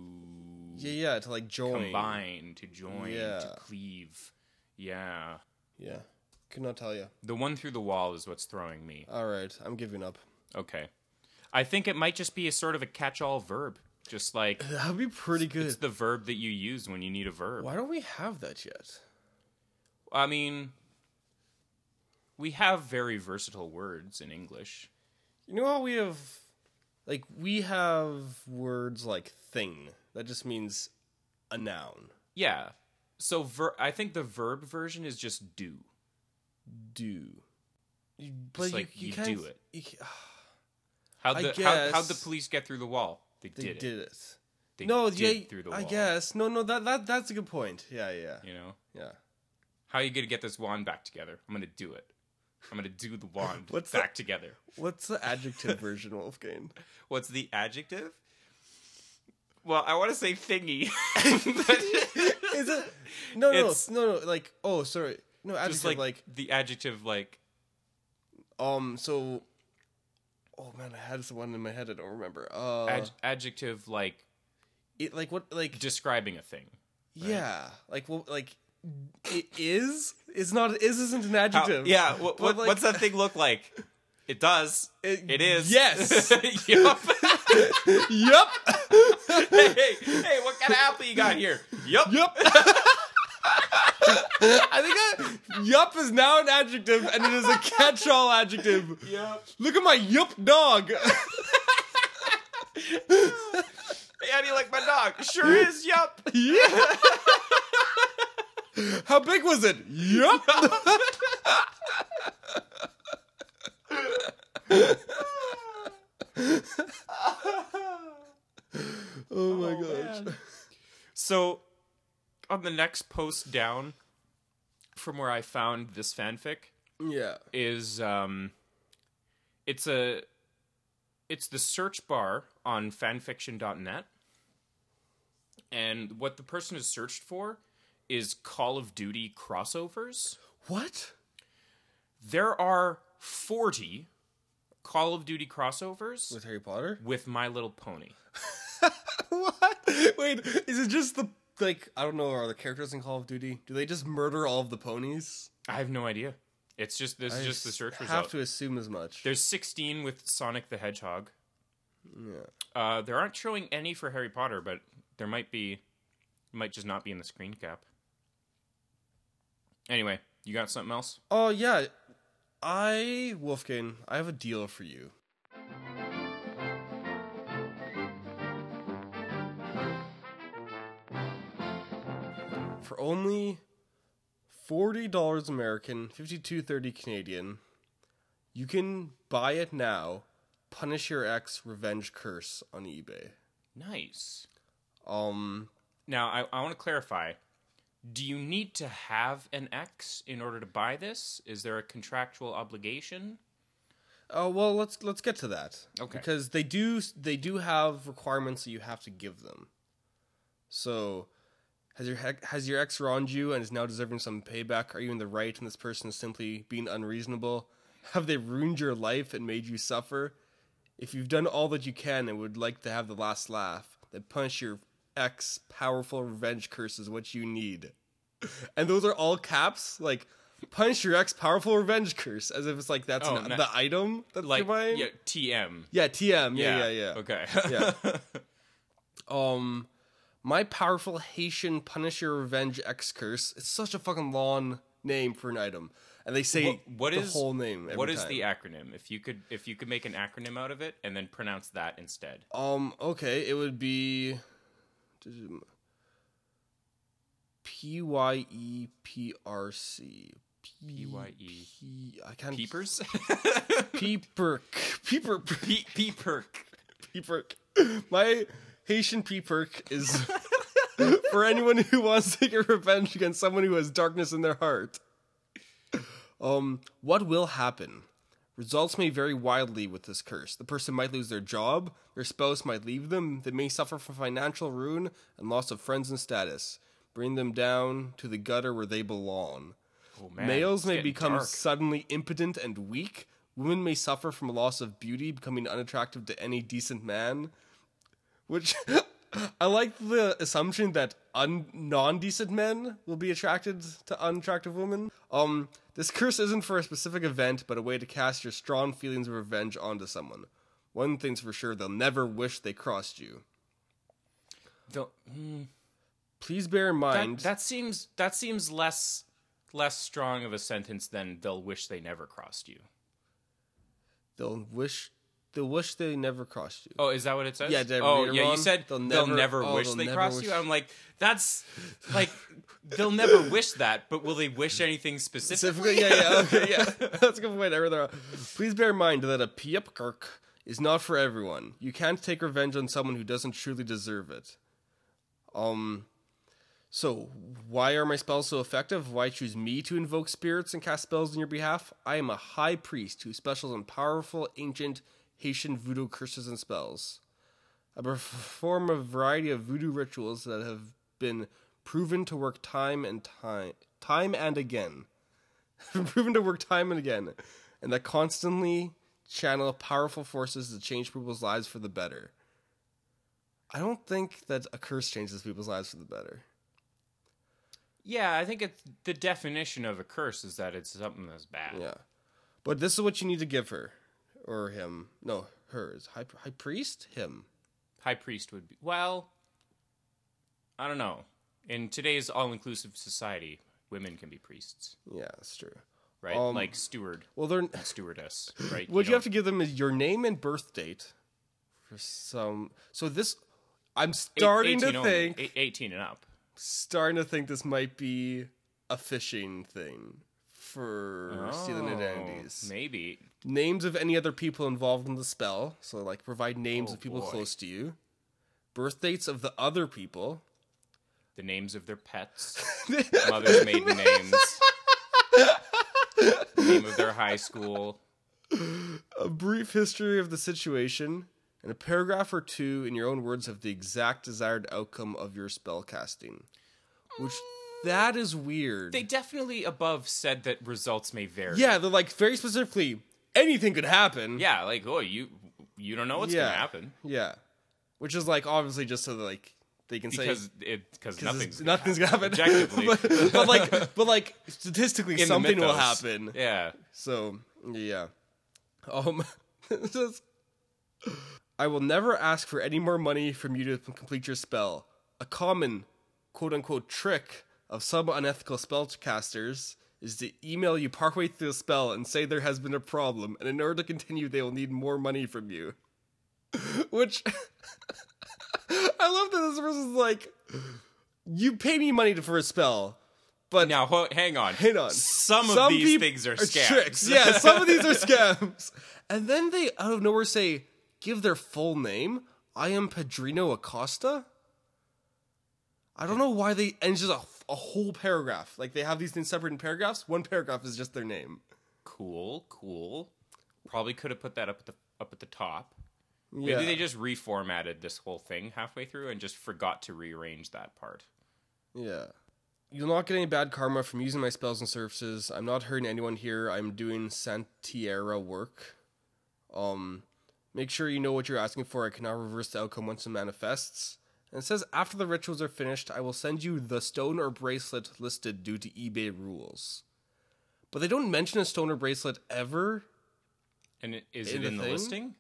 Speaker 2: yeah, yeah, to like join.
Speaker 1: combine, to join,
Speaker 2: Yeah.
Speaker 1: to cleave. Yeah.
Speaker 2: Yeah, could not tell you.
Speaker 1: The one through the wall is what's throwing me.
Speaker 2: All right, I'm giving up.
Speaker 1: Okay. I think it might just be a sort of a catch all verb. Just like
Speaker 2: That would be pretty good.
Speaker 1: it's the verb that you use when you need a verb.
Speaker 2: Why don't we have that yet?
Speaker 1: I mean, we have very versatile words in English.
Speaker 2: You know how we have, like, we have words like thing. That just means a noun.
Speaker 1: Yeah. So ver- I think the verb version is just do.
Speaker 2: Do. You,
Speaker 1: like you
Speaker 2: kind
Speaker 1: do
Speaker 2: of-
Speaker 1: it.
Speaker 2: you ca-
Speaker 1: How
Speaker 2: I
Speaker 1: the how, how'd the
Speaker 2: guess-
Speaker 1: police get through the wall? They,
Speaker 2: they
Speaker 1: did,
Speaker 2: did,
Speaker 1: it.
Speaker 2: it.
Speaker 1: They
Speaker 2: No,
Speaker 1: did
Speaker 2: yeah,
Speaker 1: through the wall.
Speaker 2: I guess. No, no, that, that that's a good point. Yeah, yeah,
Speaker 1: You know,
Speaker 2: yeah.
Speaker 1: how are you gonna get this wand back together? I'm gonna do it. I'm gonna do the wand
Speaker 2: What's
Speaker 1: back together.
Speaker 2: What's the adjective version, Wolfgang?
Speaker 1: What's the adjective? Well, I want to say thingy. But
Speaker 2: Is it? No, no,
Speaker 1: It's-
Speaker 2: no, no. Like, oh, sorry. No,
Speaker 1: just
Speaker 2: adjective.
Speaker 1: like,
Speaker 2: like
Speaker 1: the adjective, like
Speaker 2: Um. So, oh man, I had this one in my head. I don't remember. Uh,
Speaker 1: ad- adjective, like
Speaker 2: it, like what? Like
Speaker 1: describing a thing.
Speaker 2: yeah. Like well, like it is. It's not. Is isn't an
Speaker 1: How-
Speaker 2: adjective.
Speaker 1: yeah. What,
Speaker 2: Uh, But,
Speaker 1: what,
Speaker 2: like,
Speaker 1: what's that thing look like? It does.
Speaker 2: It-
Speaker 1: it is.
Speaker 2: yes.
Speaker 1: yup.
Speaker 2: Yep.
Speaker 1: hey, hey, what kind of apple you got here? Yup.
Speaker 2: Yep. I think I, yup is now an adjective, and it is a catch-all adjective.
Speaker 1: Yup.
Speaker 2: Look at my yup dog.
Speaker 1: Hey, how do you like my dog? Sure is. Yup.
Speaker 2: yeah. How big was it? Yup. oh my gosh.
Speaker 1: So, on the next post down from where I found this fanfic,
Speaker 2: Yeah.
Speaker 1: is um it's a it's the search bar on fanfiction.net and what the person has searched for is Call of Duty crossovers.
Speaker 2: What?
Speaker 1: There are 40 Call of Duty crossovers with,
Speaker 2: With Harry Potter?
Speaker 1: My Little Pony.
Speaker 2: What? Wait, is it just the like I don't know, are the characters in Call of Duty? Do they just murder all of the ponies?
Speaker 1: I have no idea. It's just this is just the search
Speaker 2: I
Speaker 1: result.
Speaker 2: Have to assume as much.
Speaker 1: There's 16 with Sonic the Hedgehog.
Speaker 2: yeah.
Speaker 1: Uh, there aren't showing any for Harry Potter, but there might be, might just not be in the screen cap. Anyway, you got something else?
Speaker 2: Oh yeah, I Wolfgang, I have a deal for you. For only forty dollars American, fifty two thirty Canadian, you can buy it now. Punish your ex revenge curse on eBay.
Speaker 1: Nice.
Speaker 2: Um,
Speaker 1: Now I, I want to clarify. Do you need to have an X in order to buy this? Is there a contractual obligation?
Speaker 2: Uh, well, let's let's get to that.
Speaker 1: Okay.
Speaker 2: Because they do they do have requirements that you have to give them. So, has your hec- has your ex wronged you and is now deserving some payback? Are you in the right and this person is simply being unreasonable? Have they ruined your life and made you suffer? If you've done all that you can and would like to have the last laugh, then punish your ex. Powerful revenge curse is what you need. And those are all caps, like punish your ex. Powerful revenge curse, as if it's like that's
Speaker 1: Oh,
Speaker 2: an,
Speaker 1: ni-
Speaker 2: the item that
Speaker 1: Like
Speaker 2: you're buying.
Speaker 1: yeah, TM.
Speaker 2: Yeah, TM. Yeah, yeah, yeah.
Speaker 1: Okay.
Speaker 2: Um, my powerful Haitian Punisher Revenge X Curse. It's such a fucking long name for an item, and they say
Speaker 1: What- what
Speaker 2: the
Speaker 1: is-
Speaker 2: whole name. Every
Speaker 1: what is
Speaker 2: time.
Speaker 1: the acronym? If you could if you could make an acronym out of it and then pronounce that instead.
Speaker 2: um? Okay, it would be P Y E P R C.
Speaker 1: PYE.
Speaker 2: P- I can't.
Speaker 1: Peepers?
Speaker 2: Peeperk. Peeper.
Speaker 1: Pe- Peeperk.
Speaker 2: pee perk. My Haitian pee perk is for anyone who wants to get revenge against someone who has darkness in their heart. Um, what will happen? Results may vary wildly with this curse. The person might lose their job, their spouse might leave them, they may suffer from financial ruin and loss of friends and status, bring them down to the gutter where they belong.
Speaker 1: Oh man.
Speaker 2: Males
Speaker 1: it's
Speaker 2: may
Speaker 1: getting
Speaker 2: become
Speaker 1: dark.
Speaker 2: suddenly impotent and weak. Women may suffer from loss of beauty, becoming unattractive to any decent man. Which I like the assumption that un- non-decent men will be attracted to unattractive women. Um, this curse isn't for a specific event, but a way to cast your strong feelings of revenge onto someone. One thing's for sure: they'll never wish they crossed you.
Speaker 1: Don't- hmm.
Speaker 2: Please bear
Speaker 1: that,
Speaker 2: in mind
Speaker 1: that seems that seems less less strong of a sentence than they'll wish they never crossed you.
Speaker 2: they'll wish they'll wish they never crossed you.
Speaker 1: Oh, is that what it says?
Speaker 2: Yeah, did I
Speaker 1: oh,
Speaker 2: read it
Speaker 1: yeah.
Speaker 2: wrong?
Speaker 1: You said
Speaker 2: They'll
Speaker 1: they'll
Speaker 2: never-
Speaker 1: never,
Speaker 2: oh,
Speaker 1: wish
Speaker 2: they'll
Speaker 1: they
Speaker 2: never
Speaker 1: crossed
Speaker 2: wish-
Speaker 1: you. I'm like, that's like they'll never wish that, but will they wish anything specifically?
Speaker 2: Specifically, yeah, yeah, okay, yeah. That's a good point. I read that wrong. Please bear in mind that a Piepkirk is not for everyone. You can't take revenge on someone who doesn't truly deserve it. Um, so why are my spells so effective? Why choose me to invoke spirits and cast spells on your behalf? I am a high priest who specials in powerful, ancient Haitian voodoo curses and spells. I perform a variety of voodoo rituals that have been proven to work time and time, time and again been proven to work time and again, and that constantly channel powerful forces to change people's lives for the better. I don't think that a curse changes people's lives for the better.
Speaker 1: Yeah, I think it's the definition of a curse is that it's something that's bad.
Speaker 2: Yeah. But this is what you need to give her. Or him. No, her is high, high priest? Him.
Speaker 1: High priest would be well. I don't know. In today's all-inclusive society, women can be priests,
Speaker 2: Yeah, that's true.
Speaker 1: right?
Speaker 2: Um,
Speaker 1: like steward,
Speaker 2: Well, they're.
Speaker 1: and stewardess, right?
Speaker 2: What you, have
Speaker 1: don't-
Speaker 2: to give them is your name and birth date. For some. So this. I'm
Speaker 1: eight-
Speaker 2: starting
Speaker 1: 18
Speaker 2: to
Speaker 1: only,
Speaker 2: think.
Speaker 1: eight- eighteen and up.
Speaker 2: starting to think this might be a phishing thing for stealing
Speaker 1: Oh,
Speaker 2: identities.
Speaker 1: Maybe
Speaker 2: Names of any other people involved in the spell. So, like, provide names
Speaker 1: Oh,
Speaker 2: of people
Speaker 1: boy.
Speaker 2: close to you, birth dates of the other people.
Speaker 1: the names of their pets, mother's maiden names, name of their high school.
Speaker 2: a brief history of the situation, and a paragraph or two in your own words of the exact desired outcome of your spell casting. Which, that is weird.
Speaker 1: They definitely above said that results may vary.
Speaker 2: yeah, they're like very specifically, anything could happen.
Speaker 1: yeah, like oh, you you don't know what's
Speaker 2: yeah.
Speaker 1: gonna happen
Speaker 2: Yeah, which is like obviously just so that like they can say
Speaker 1: because it because
Speaker 2: this
Speaker 1: nothing's
Speaker 2: is-
Speaker 1: gonna
Speaker 2: nothing's gonna happen.
Speaker 1: Objectively.
Speaker 2: but, but, like but like statistically
Speaker 1: in the
Speaker 2: something will
Speaker 1: mythos.
Speaker 2: happen.
Speaker 1: Yeah,
Speaker 2: So yeah, um, just- I will never ask for any more money from you to complete your spell. A common quote unquote trick of some unethical spellcasters is to email you partway through the spell and say there has been a problem, and in order to continue, they will need more money from you. Which I love that this person's like, you pay me money to- for a spell, but
Speaker 1: Now, ho- hang on.
Speaker 2: Hang on.
Speaker 1: Some, of these
Speaker 2: peop- uh,
Speaker 1: things are scams.
Speaker 2: tricks. Yeah, some of these are scams. And then they out of nowhere say, give their full name. I am Pedrino Acosta. I don't know why they and it's just a, a whole paragraph. Like they have these things separate in paragraphs. One paragraph is just their name.
Speaker 1: Cool, cool. Probably could have put that up at the up at the top. Maybe
Speaker 2: Yeah.
Speaker 1: they just reformatted this whole thing halfway through and just forgot to rearrange that part.
Speaker 2: Yeah. You'll not get any bad karma from using my spells and services. I'm not hurting anyone here. I'm doing Santiera work. Um, make sure you know what you're asking for. I cannot reverse the outcome once it manifests. And it says after the rituals are finished, I will send you the stone or bracelet listed due to eBay rules. But they don't mention a stone or bracelet ever.
Speaker 1: And it, is
Speaker 2: In
Speaker 1: it
Speaker 2: the
Speaker 1: in the
Speaker 2: thing?
Speaker 1: listing?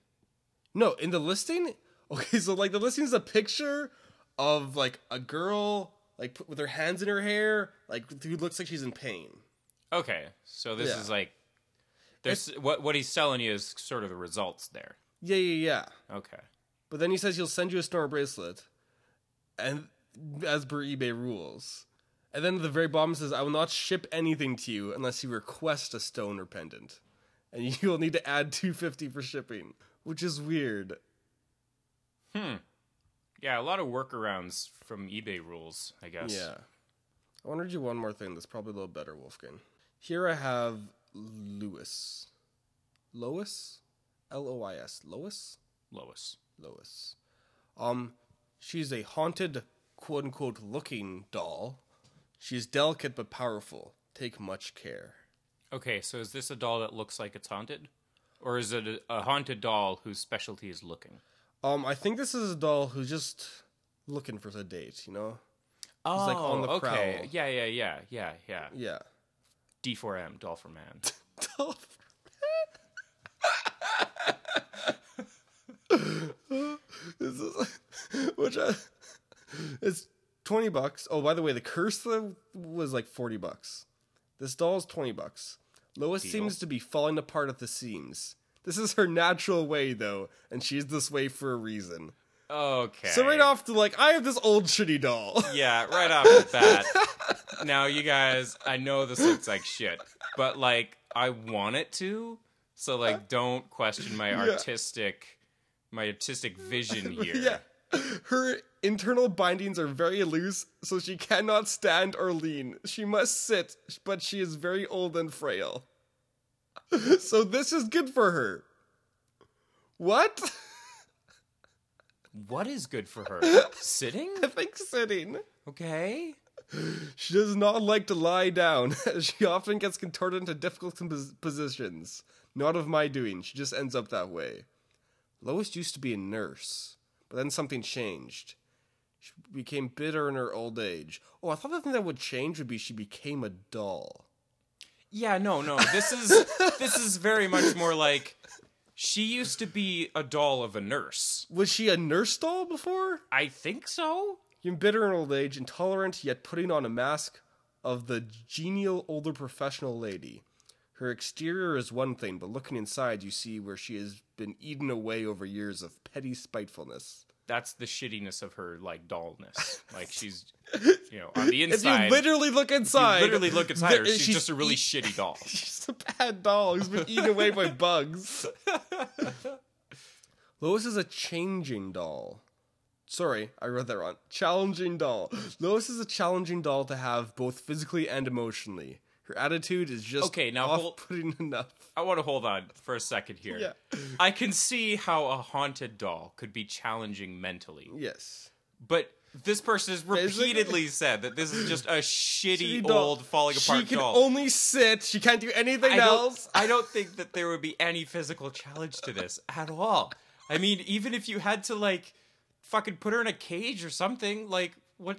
Speaker 2: No, in the listing. Okay, so like the listing is a picture of like a girl like put, with her hands in her hair, like who looks like she's in pain.
Speaker 1: Okay, so this
Speaker 2: Yeah.
Speaker 1: is like there's what what he's selling you is sort of the results there.
Speaker 2: Yeah, yeah, yeah.
Speaker 1: Okay,
Speaker 2: But then he says he'll send you a star bracelet, and as per eBay rules. And then at the very bottom it says, "I will not ship anything to you unless you request a stone or pendant, and you will need to add two fifty for shipping," which is weird.
Speaker 1: yeah, a lot of workarounds from eBay rules, I guess.
Speaker 2: Yeah. I want to do one more thing that's probably a little better, Wolfgang. Here I have Lewis. Lois? L O I S. Lois?
Speaker 1: Lois.
Speaker 2: Lois. Um, she's a haunted, quote unquote, looking doll. She's delicate but powerful. Take much care.
Speaker 1: Okay, so is this a doll that looks like it's haunted, or is it a, a haunted doll whose specialty is looking?
Speaker 2: Um, I think this is a doll who's just looking for a date, you know? like, on the
Speaker 1: Oh, okay.
Speaker 2: prowl.
Speaker 1: Yeah, yeah, yeah, yeah, yeah.
Speaker 2: Yeah.
Speaker 1: D4M, doll for man.
Speaker 2: Doll. this is, which I, it's 20 bucks. Oh, by the way, the curse though was like 40 bucks. This doll's 20 bucks. Lois seems to be falling apart at the seams. This is her natural way though, and she's this way for a reason.
Speaker 1: Okay.
Speaker 2: So right off the like, I have this old shitty doll.
Speaker 1: Yeah, right off the bat. now, you guys, I know this looks like shit, but like, I want it to. So like, don't question my artistic, my artistic vision here.
Speaker 2: yeah. Her internal bindings are very loose, so she cannot stand or lean. She must sit, but she is very old and frail. So this is good for her. What?
Speaker 1: What is good for her? Sitting?
Speaker 2: I think sitting.
Speaker 1: Okay.
Speaker 2: She does not like to lie down, as she often gets contorted into difficult compos- positions. Not of my doing, she just ends up that way. Lois used to be a nurse, but then something changed. She became bitter in her old age. Oh, I thought the thing that would change would be she became a doll.
Speaker 1: Yeah, no, no. This is this is very much more like she used to be a doll of a nurse.
Speaker 2: Was she a nurse doll before?
Speaker 1: I think so.
Speaker 2: You're bitter in old age, intolerant, yet putting on a mask of the genial older professional lady. Her exterior is one thing, but looking inside, you see where she has been eaten away over years of petty spitefulness.
Speaker 1: That's the shittiness of her like dollness. Like she's you know, on the
Speaker 2: If
Speaker 1: inside.
Speaker 2: you literally look inside,
Speaker 1: literally look inside her.
Speaker 2: there-
Speaker 1: She's, just a really
Speaker 2: eat-
Speaker 1: shitty doll.
Speaker 2: she's a bad doll who's been eaten away by bugs. Lois is a changing doll. Sorry, I read that wrong. Challenging doll. Lois is a challenging doll to have both physically and emotionally. Her attitude is just
Speaker 1: Okay, now hold-
Speaker 2: off-putting enough.
Speaker 1: I want to hold on for a second here.
Speaker 2: Yeah.
Speaker 1: I can see how a haunted doll could be challenging mentally,
Speaker 2: Yes.
Speaker 1: but this person has
Speaker 2: Basically-
Speaker 1: repeatedly said that this is just a shitty,
Speaker 2: Doll.
Speaker 1: old falling apart
Speaker 2: She can
Speaker 1: doll.
Speaker 2: only sit. She can't do anything
Speaker 1: I
Speaker 2: else.
Speaker 1: don't, I don't think that there would be any physical challenge to this at all. I mean, even if you had to like fucking put her in a cage or something, like what?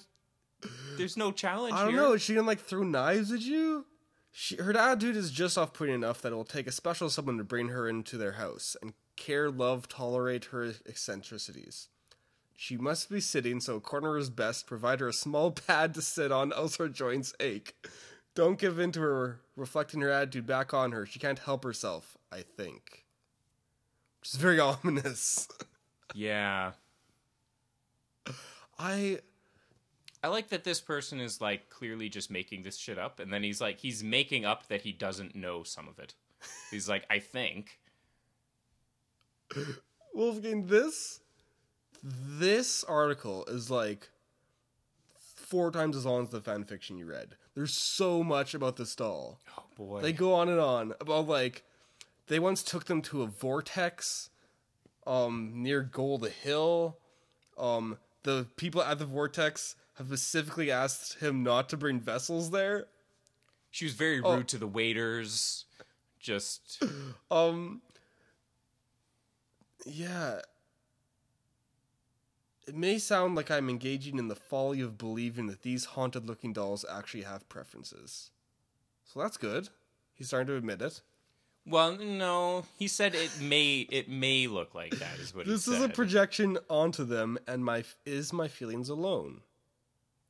Speaker 1: There's no challenge.
Speaker 2: I don't
Speaker 1: here.
Speaker 2: know. Is she gonna like throw knives at you? She, her attitude is just off putting enough that it will take a special someone to bring her into their house and care, love, tolerate her eccentricities. She must be sitting, so a corner is best. Provide her a small pad to sit on, else her joints ache. Don't give in to her reflecting her attitude back on her. She can't help herself, I think. Which is very ominous.
Speaker 1: Yeah,
Speaker 2: I
Speaker 1: I like that this person is like clearly just making this shit up, and then he's like, he's making up that he doesn't know some of it. He's like, I think.
Speaker 2: Wolfgang, this this article is like four times as long as the fan fiction you read. There's so much about this doll.
Speaker 1: Oh boy.
Speaker 2: They go on and on about like They once took them to a vortex um, near Gold Hill. Um, the people at the vortex have specifically asked him not to bring vessels there.
Speaker 1: She was very rude
Speaker 2: oh.
Speaker 1: to the waiters. Just
Speaker 2: Um, yeah. It may sound like I'm engaging in the folly of believing that these haunted looking dolls actually have preferences. So that's good. He's starting to admit it.
Speaker 1: well, no. He said it may it may look like that is what
Speaker 2: This
Speaker 1: he
Speaker 2: is a
Speaker 1: said.
Speaker 2: projection onto them, and my is my feelings alone.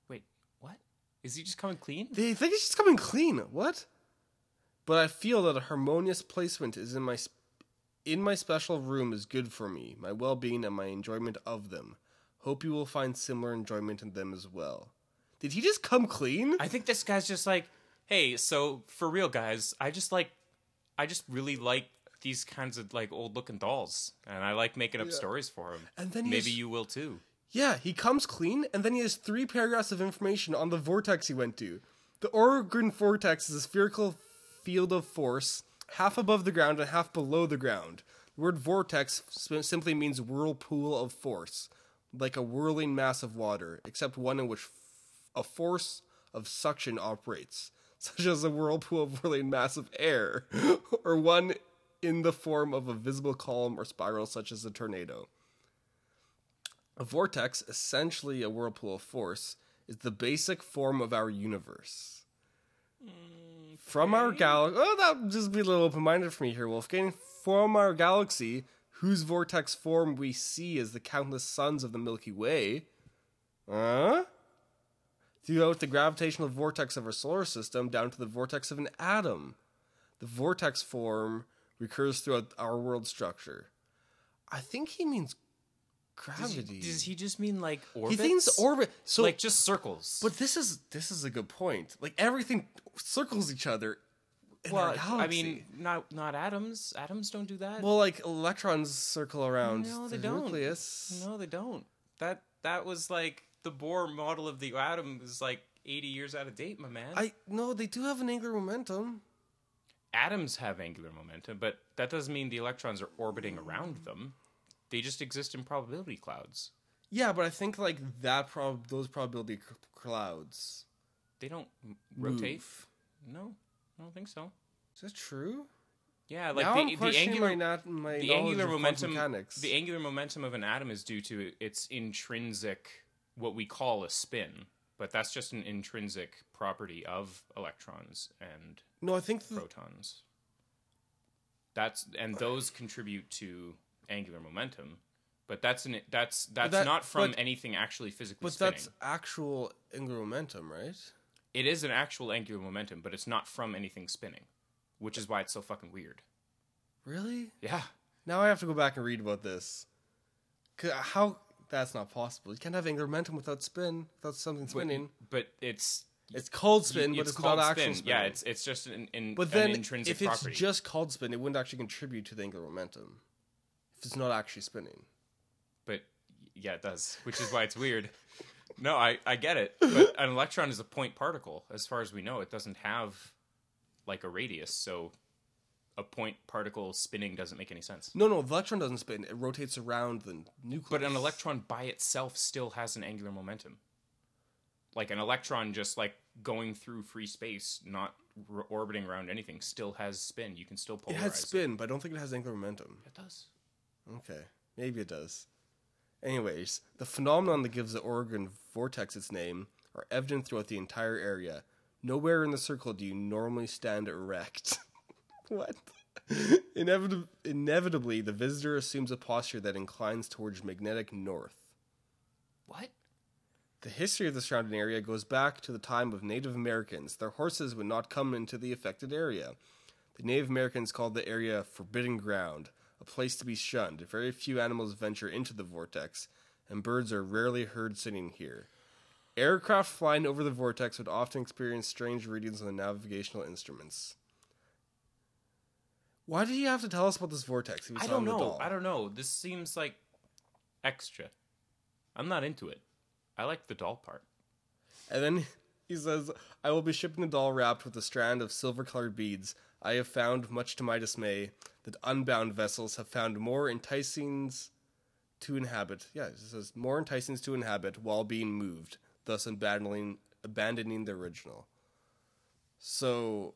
Speaker 1: Wait, what? Is he just coming clean?
Speaker 2: They think she's coming clean. What? But I feel that a harmonious placement is in my sp- in my special room is good for me, my well-being and my enjoyment of them. Hope you will find similar enjoyment in them as well. Did he just come clean?
Speaker 1: I think this guy's just like, hey, so for real, guys, I just like, I just really like these kinds of like old looking dolls, and I like making up stories for them.
Speaker 2: And then he
Speaker 1: maybe
Speaker 2: just-
Speaker 1: you will too.
Speaker 2: yeah, he comes clean and then he has three paragraphs of information on the vortex he went to. The Oregon vortex is a spherical field of force, half above the ground and half below the ground. The word vortex sim- simply means whirlpool of force, like a whirling mass of water, except one in which f- a force of suction operates, such as a whirlpool of whirling mass of air, or one in the form of a visible column or spiral, such as a tornado. A vortex, essentially a whirlpool of force, is the basic form of our universe. From our galaxy, oh, that would just be a little open minded for me here, Wolfgang. From our galaxy, whose vortex form we see as the countless suns of the Milky Way, huh? Throughout the gravitational vortex of our solar system down to the vortex of an atom, the vortex form recurs throughout our world structure. I think he means
Speaker 1: Does
Speaker 2: gravity.
Speaker 1: he, does he just mean like
Speaker 2: He
Speaker 1: orbits?
Speaker 2: thinks orbit. So,
Speaker 1: like just circles.
Speaker 2: but this is this is a good point. Like everything circles each other. In our
Speaker 1: well,
Speaker 2: galaxy.
Speaker 1: I mean, not not atoms. Atoms don't do that.
Speaker 2: well, like electrons circle around
Speaker 1: no, they
Speaker 2: the
Speaker 1: don't.
Speaker 2: nucleus.
Speaker 1: No, they don't. That that was like the Bohr model of the atom is like eighty years out of date, my man.
Speaker 2: I no, they do have an angular momentum.
Speaker 1: atoms have angular momentum, but that doesn't mean the electrons are
Speaker 2: Mm.
Speaker 1: orbiting around them. They just exist in probability clouds.
Speaker 2: Yeah, but I think like that prob those probability c- clouds.
Speaker 1: They don't m-
Speaker 2: Hmm.
Speaker 1: rotate.
Speaker 2: move.
Speaker 1: No, I don't think so.
Speaker 2: Is that true?
Speaker 1: Yeah, like
Speaker 2: now
Speaker 1: the,
Speaker 2: I'm
Speaker 1: the
Speaker 2: questioning
Speaker 1: angular
Speaker 2: my, not, my
Speaker 1: the
Speaker 2: knowledge
Speaker 1: angular
Speaker 2: of quantum
Speaker 1: momentum
Speaker 2: Mechanics.
Speaker 1: the angular momentum of an atom is due to its intrinsic what we call a spin, but that's just an intrinsic property of electrons and
Speaker 2: no, I think the,
Speaker 1: protons. That's and those contribute to angular momentum, but that's an that's that's
Speaker 2: that-
Speaker 1: not from
Speaker 2: but-
Speaker 1: anything actually physically
Speaker 2: but
Speaker 1: spinning.
Speaker 2: that's actual angular momentum, right?
Speaker 1: It is an actual angular momentum, but it's not from anything spinning, which is why it's so fucking weird.
Speaker 2: Really?
Speaker 1: Yeah,
Speaker 2: Now I have to go back and read about this. 'Cause How? That's not possible. You can't have angular momentum without spin, without something
Speaker 1: but,
Speaker 2: spinning.
Speaker 1: but it's
Speaker 2: it's called spin, but
Speaker 1: it's
Speaker 2: it's, not
Speaker 1: called
Speaker 2: actual
Speaker 1: spin.
Speaker 2: spin.
Speaker 1: Yeah, it's it's just an, an,
Speaker 2: but
Speaker 1: an
Speaker 2: then
Speaker 1: intrinsic
Speaker 2: if it's
Speaker 1: property.
Speaker 2: just called spin, it wouldn't actually contribute to the angular momentum. If it's not actually spinning.
Speaker 1: But yeah, it does, which is why it's weird. No, I, I get it. But an electron is a point particle. As far as we know, it doesn't have like a radius, so a point particle spinning doesn't make any sense.
Speaker 2: No, no, the electron doesn't spin. It rotates around the nucleus.
Speaker 1: But an electron by itself still has an angular momentum. Like an electron just like going through free space, not r orbiting around anything, still has spin. You can still polarize.
Speaker 2: it has spin, but I don't think it has angular momentum.
Speaker 1: It does.
Speaker 2: Okay, maybe it does. Anyways, the phenomenon that gives the Oregon vortex its name are evident throughout the entire area. Nowhere in the circle do you normally stand erect. what? Inevit- inevitably, the visitor assumes a posture that inclines towards magnetic north.
Speaker 1: What?
Speaker 2: The history of the surrounding area goes back to the time of Native Americans. Their horses would not come into the affected area. The Native Americans called the area forbidden ground, a place to be shunned. Very few animals venture into the vortex, and birds are rarely heard sitting here. Aircraft flying over the vortex would often experience strange readings on the navigational instruments. Why did he have to tell us about this vortex? He was
Speaker 1: I don't
Speaker 2: on the
Speaker 1: know.
Speaker 2: doll.
Speaker 1: I don't know. This seems like extra. I'm not into it. I like the doll part.
Speaker 2: And then he says, I will be shipping the doll wrapped with a strand of silver colored beads. I have found, much to my dismay, that unbound vessels have found more enticings to inhabit. Yeah, it says more enticings to inhabit while being moved, thus abandoning abandoning the original. So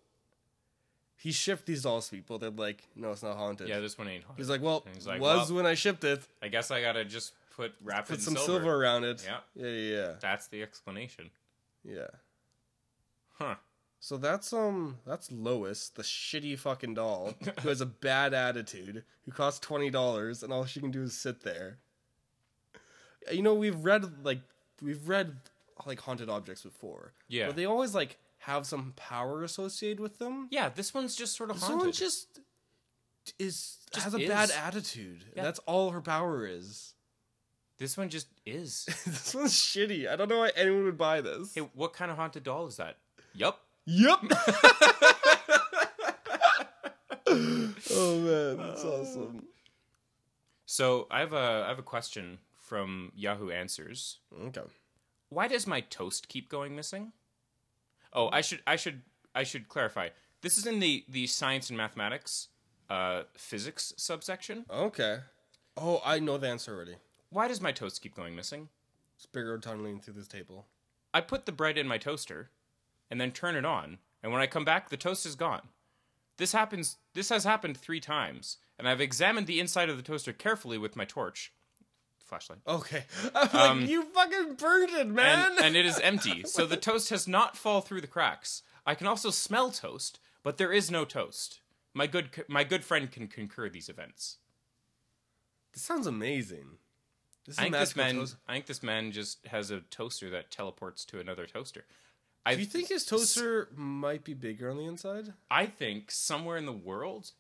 Speaker 2: he shipped these dolls to people. They're like, no, it's not haunted.
Speaker 1: Yeah, this one ain't haunted.
Speaker 2: He's like, well,
Speaker 1: And he's like,
Speaker 2: was
Speaker 1: well,
Speaker 2: when I shipped it.
Speaker 1: I guess I gotta just put wrap it
Speaker 2: Put
Speaker 1: in
Speaker 2: some silver.
Speaker 1: silver.
Speaker 2: around it.
Speaker 1: Yeah.
Speaker 2: Yeah, yeah,
Speaker 1: That's the explanation.
Speaker 2: yeah. yeah.
Speaker 1: Huh.
Speaker 2: So that's um that's Lois, the shitty fucking doll who has a bad attitude, who costs twenty dollars, and all she can do is sit there. You know, we've read like we've read like haunted objects before.
Speaker 1: Yeah.
Speaker 2: But they always like have some power associated with them.
Speaker 1: Yeah, this one's just sort of haunted.
Speaker 2: Someone just is
Speaker 1: Just
Speaker 2: has a
Speaker 1: is.
Speaker 2: bad attitude.
Speaker 1: Yeah.
Speaker 2: And that's all her power is.
Speaker 1: This one just is.
Speaker 2: this one's shitty. I don't know why anyone would buy this.
Speaker 1: hey, what kind of haunted doll is that? Yup.
Speaker 2: Yep. oh man, that's awesome.
Speaker 1: So I have a I have a question from Yahoo Answers.
Speaker 2: Okay.
Speaker 1: Why does my toast keep going missing? Oh, I should I should I should clarify. This is in the the science and mathematics uh physics subsection.
Speaker 2: Okay. Oh, I know the answer already.
Speaker 1: Why does my toast keep going missing?
Speaker 2: Spiro tunneling through this table.
Speaker 1: I put the bread in my toaster and then turn it on, and when I come back the toast is gone. This happens this has happened 3 times, and I've examined the inside of the toaster carefully with my torch flashlight.
Speaker 2: Okay. I'm
Speaker 1: Um,
Speaker 2: like, you fucking burned it, man.
Speaker 1: and, and it is empty, so the toast has not fall through the cracks. I can also smell toast, but there is no toast. My good, my good friend can concur these events.
Speaker 2: this sounds amazing. This is
Speaker 1: I think this
Speaker 2: magical
Speaker 1: man,
Speaker 2: toast-
Speaker 1: I think this man just has a toaster that teleports to another toaster. I
Speaker 2: Do you think his toaster might be bigger on the inside?
Speaker 1: I think somewhere in the world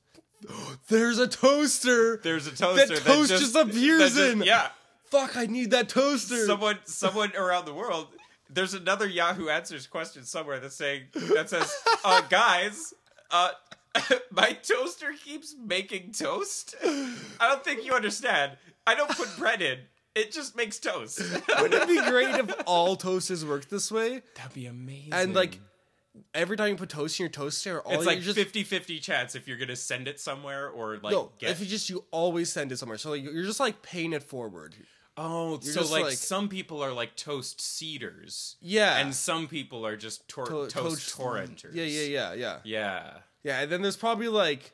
Speaker 2: There's a toaster.
Speaker 1: there's a toaster that,
Speaker 2: toast
Speaker 1: just,
Speaker 2: just appears
Speaker 1: that just-
Speaker 2: in.
Speaker 1: Yeah,
Speaker 2: Fuck! I need that toaster.
Speaker 1: someone, someone around the world. There's another Yahoo Answers question somewhere that's saying that says, uh, "Guys, uh, my toaster keeps making toast. I don't think you understand. I don't put bread in; it just makes toast.
Speaker 2: Wouldn't it be great if all toasters worked this way?
Speaker 1: That'd be amazing.
Speaker 2: And like every time you put toast in your toaster, all
Speaker 1: it's
Speaker 2: you
Speaker 1: like
Speaker 2: just
Speaker 1: 50-50 chance if you're gonna send it somewhere or like
Speaker 2: no.
Speaker 1: get.
Speaker 2: If you just you always send it somewhere, so like you're just like paying it forward.
Speaker 1: oh, so
Speaker 2: just
Speaker 1: like,
Speaker 2: like-
Speaker 1: some people are like toast cedars,
Speaker 2: Yeah.
Speaker 1: and some people are just tor-
Speaker 2: To-
Speaker 1: toast, torrenters.
Speaker 2: Yeah, yeah, yeah, yeah, yeah.
Speaker 1: yeah.
Speaker 2: and then there's probably like,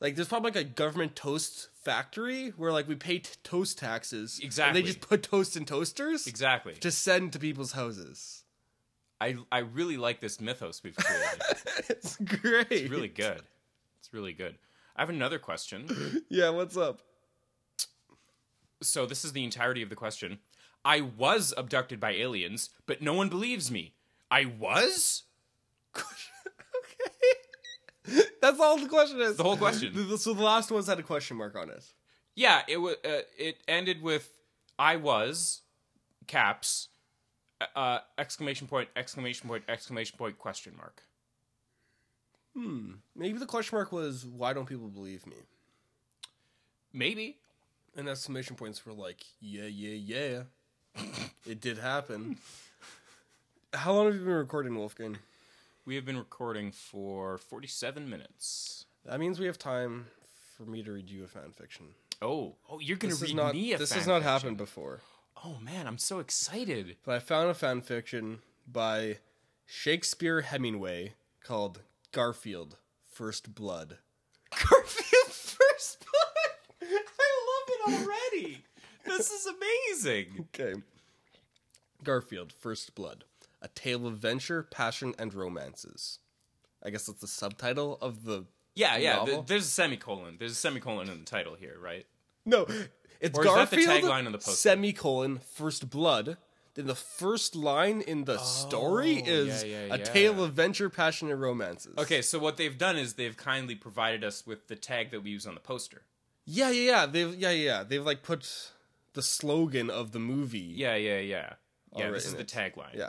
Speaker 2: like there's probably like a government toast factory where like we pay t- toast taxes.
Speaker 1: Exactly.
Speaker 2: And they just put toast in toasters
Speaker 1: Exactly.
Speaker 2: to send to people's houses.
Speaker 1: I I really like this mythos we've created.
Speaker 2: it's great.
Speaker 1: It's really good. It's really good. I have another question.
Speaker 2: Yeah. What's up?
Speaker 1: So this is the entirety of the question. I was abducted by aliens, but no one believes me. I was?
Speaker 2: okay. That's all the question is.
Speaker 1: The whole question.
Speaker 2: The- the- So the last one's had a question mark on it.
Speaker 1: Yeah, it wa uh, it ended with I was caps uh exclamation point exclamation point exclamation point question mark.
Speaker 2: Maybe the question mark was why don't people believe me?
Speaker 1: Maybe.
Speaker 2: And exclamation points were like, yeah, yeah, yeah. it did happen. How long have you been recording, Wolfgang?
Speaker 1: We have been recording for 47 minutes.
Speaker 2: That means we have time for me to read you a fan fiction.
Speaker 1: Oh, oh, you're going
Speaker 2: This
Speaker 1: to
Speaker 2: is
Speaker 1: read
Speaker 2: not
Speaker 1: me a
Speaker 2: this
Speaker 1: fan
Speaker 2: has not
Speaker 1: fiction.
Speaker 2: happened before.
Speaker 1: Oh man, I'm so excited.
Speaker 2: But I found a fan fiction by Shakespeare Hemingway called Garfield First Blood.
Speaker 1: Garfield first blood. I love it already. This is amazing.
Speaker 2: Okay. Garfield, First Blood. A tale of venture, passion, and romances. I guess that's the subtitle of the.
Speaker 1: Yeah, yeah.
Speaker 2: Novel?
Speaker 1: th- there's a semicolon. There's a semicolon in the title here, right?
Speaker 2: No, it's
Speaker 1: Or is that the
Speaker 2: Garfield.
Speaker 1: tagline on the poster?
Speaker 2: Semicolon, First Blood. Then the first line in the story
Speaker 1: Oh,
Speaker 2: is
Speaker 1: yeah, yeah,
Speaker 2: a
Speaker 1: yeah.
Speaker 2: tale of venture, passion, and romances.
Speaker 1: Okay, so what they've done is they've kindly provided us with the tag that we use on the poster.
Speaker 2: Yeah, yeah, yeah. They've yeah, yeah. yeah. They've like put the slogan of the movie.
Speaker 1: Yeah, yeah, yeah. Yeah,
Speaker 2: Alright,
Speaker 1: this is
Speaker 2: and
Speaker 1: the tagline.
Speaker 2: Yeah.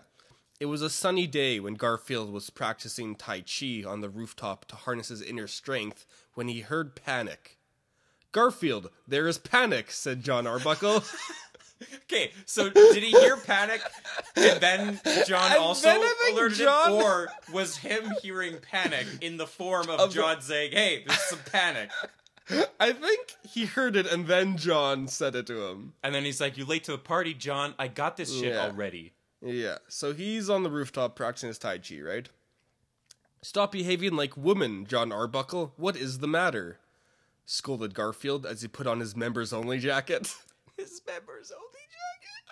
Speaker 2: It was a sunny day when Garfield was practicing Tai Chi on the rooftop to harness his inner strength when he heard panic. Garfield, there is panic, said John Arbuckle.
Speaker 1: Okay, so did he hear panic? and then John
Speaker 2: And
Speaker 1: also
Speaker 2: then I think
Speaker 1: alerted
Speaker 2: John-
Speaker 1: it, or was him hearing panic in the form of,
Speaker 2: Of the-
Speaker 1: John saying, "Hey, this is some panic,"
Speaker 2: I think he heard it and then John said it to him.
Speaker 1: and then he's like, "You late to the party, John? I got this shit
Speaker 2: Yeah.
Speaker 1: already."
Speaker 2: Yeah. So he's on the rooftop practicing his Tai Chi, right? Stop behaving like women, John Arbuckle. What is the matter? Scolded Garfield as he put on his members only jacket.
Speaker 1: His members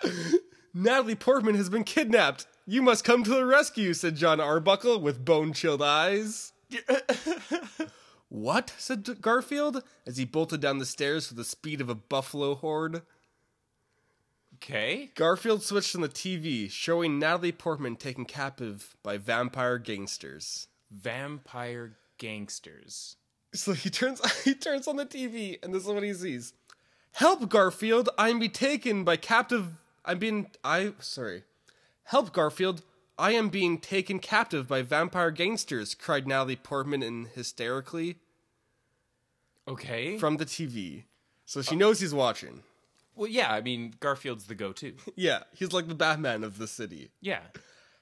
Speaker 1: only.
Speaker 2: Natalie Portman has been kidnapped. You must come to the rescue, said John Arbuckle with bone chilled eyes. what? said D- Garfield as he bolted down the stairs with the speed of a buffalo horde.
Speaker 1: Okay.
Speaker 2: Garfield switched on the TV, showing Natalie Portman taken captive by vampire gangsters.
Speaker 1: Vampire gangsters.
Speaker 2: So he turns he turns on the TV and this is what he sees. Help Garfield, I'm be taken by captive I'm being I sorry. Help Garfield, I am being taken captive by vampire gangsters, cried Natalie Portman in hysterically
Speaker 1: Okay.
Speaker 2: from the TV. So she knows he's watching.
Speaker 1: well, yeah. I mean, Garfield's the go-to.
Speaker 2: Yeah, he's like the Batman of the city.
Speaker 1: Yeah.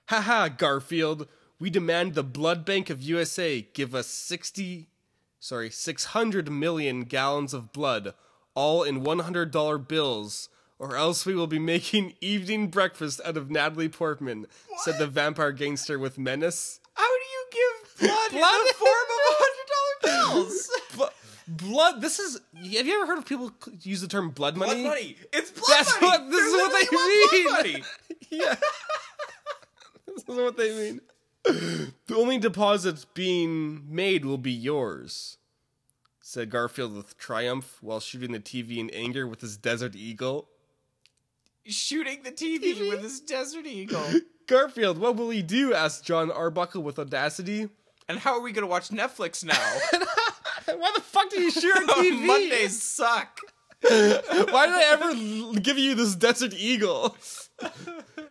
Speaker 2: Haha, Garfield, we demand the blood bank of USA give us 60, sorry, 600 million gallons of blood, all in $100 bills, or else we will be making evening breakfast out of Natalie Portman, said the vampire gangster with menace.
Speaker 1: How do you give blood,
Speaker 2: Blood?
Speaker 1: in the form of hundred dollar bills?
Speaker 2: Bu- blood, this is, have you ever heard of people c- use the term blood money?
Speaker 1: Blood money. It's blood
Speaker 2: That's
Speaker 1: money.
Speaker 2: what, this is
Speaker 1: They're
Speaker 2: what they
Speaker 1: literally
Speaker 2: mean.
Speaker 1: want blood money.
Speaker 2: yeah. this is what they mean. The only deposits being made will be yours, said Garfield with triumph while shooting the TV in anger with his desert eagle.
Speaker 1: Shooting the TV, with his desert eagle.
Speaker 2: Garfield, what will he do? asked John Arbuckle with audacity.
Speaker 1: and how are we gonna watch Netflix now?
Speaker 2: Why the fuck did you shoot on TV?
Speaker 1: Mondays suck.
Speaker 2: Why did I ever l- give you this desert eagle?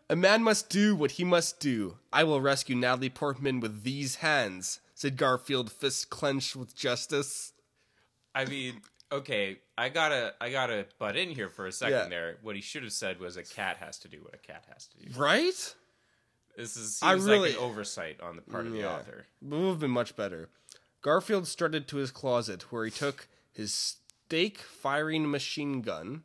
Speaker 2: A man must do what he must do. I will rescue Natalie Portman with these hands, said Garfield, fist clenched with justice.
Speaker 1: I mean, okay, I gotta, I gotta butt in here for a second.
Speaker 2: Yeah.
Speaker 1: There, what he should have said was, "A cat has to do what a cat has to do."
Speaker 2: Right?
Speaker 1: This is seems
Speaker 2: I
Speaker 1: like
Speaker 2: really-
Speaker 1: an oversight on the part of the
Speaker 2: Yeah.
Speaker 1: author.
Speaker 2: It would have been much better. Garfield strutted to his closet where he took his stake firing machine gun.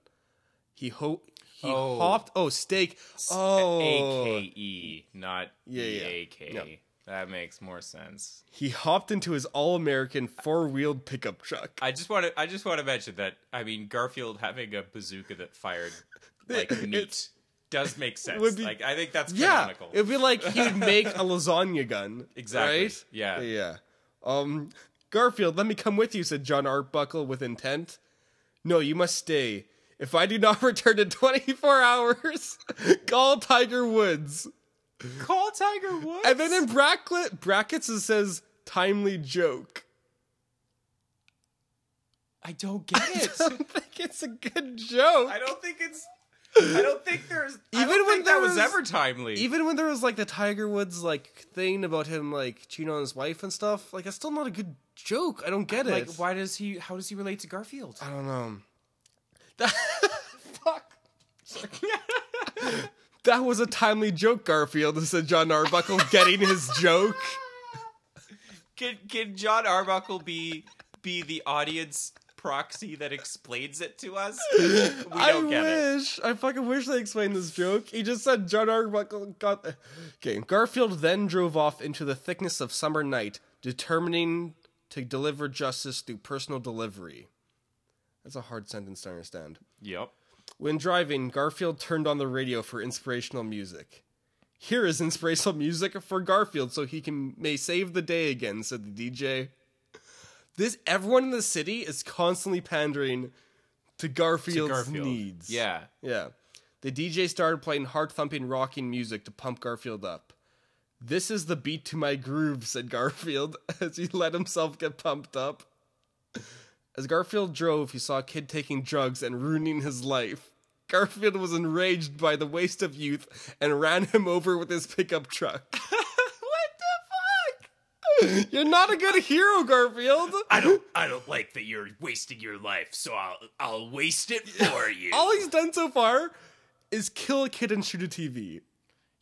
Speaker 2: He ho he
Speaker 1: Oh.
Speaker 2: hopped oh stake oh
Speaker 1: A K E, not
Speaker 2: Yeah,
Speaker 1: E
Speaker 2: yeah.
Speaker 1: A K.
Speaker 2: No.
Speaker 1: That makes more sense.
Speaker 2: he hopped into his all American four wheeled pickup truck.
Speaker 1: I just want to, I just want to mention that. I mean, Garfield having a bazooka that fired like meat
Speaker 2: It's-
Speaker 1: does make sense.
Speaker 2: would be-
Speaker 1: like, I think that's
Speaker 2: yeah,
Speaker 1: canonical.
Speaker 2: it'd be like he'd make a lasagna gun.
Speaker 1: Exactly,
Speaker 2: Right?
Speaker 1: yeah.
Speaker 2: Yeah. Um, Garfield, let me come with you," said John Arbuckle with intent. "No, you must stay. If I do not return in twenty-four hours, call Tiger Woods."
Speaker 1: Call Tiger Woods.
Speaker 2: And then in bracket brackets it says "timely joke."
Speaker 1: I don't get
Speaker 2: I
Speaker 1: it.
Speaker 2: don't think it's a good joke.
Speaker 1: I don't think it's. I don't think there's. I
Speaker 2: Even
Speaker 1: don't
Speaker 2: when
Speaker 1: think that
Speaker 2: there
Speaker 1: was,
Speaker 2: was-
Speaker 1: ever timely.
Speaker 2: Even when there was like the Tiger Woods like thing about him like cheating on his wife and stuff, like that's still not a good joke. I don't get it.
Speaker 1: like, why does he? How does he relate to Garfield?
Speaker 2: I don't know. That, fuck. that was a timely joke, Garfield, said John Arbuckle, getting his joke.
Speaker 1: Can Can John Arbuckle be be the audience proxy that explains it to us? We don't
Speaker 2: I
Speaker 1: get it.
Speaker 2: wish, I fucking wish they explained this joke. He just said John Arbuckle got. Okay, Garfield then drove off into the thickness of summer night, determining to deliver justice through personal delivery. That's a hard sentence to understand.
Speaker 1: Yep.
Speaker 2: When driving, Garfield turned on the radio for inspirational music. Here is inspirational music for Garfield so he can may save the day again, said the DJ. This everyone in the city is constantly pandering to Garfield's
Speaker 1: Garfield
Speaker 2: needs.
Speaker 1: Yeah.
Speaker 2: Yeah. The DJ started playing heart thumping rocking music to pump Garfield up. This is the beat to my groove, said Garfield as he let himself get pumped up. As Garfield drove, he saw a kid taking drugs and ruining his life. Garfield was enraged by the waste of youth and ran him over with his pickup truck. what the fuck? You're not a good hero, Garfield.
Speaker 4: I don't I don't like that you're wasting your life, so I'll I'll waste it for you.
Speaker 2: All he's done so far is kill a kid and shoot a TV.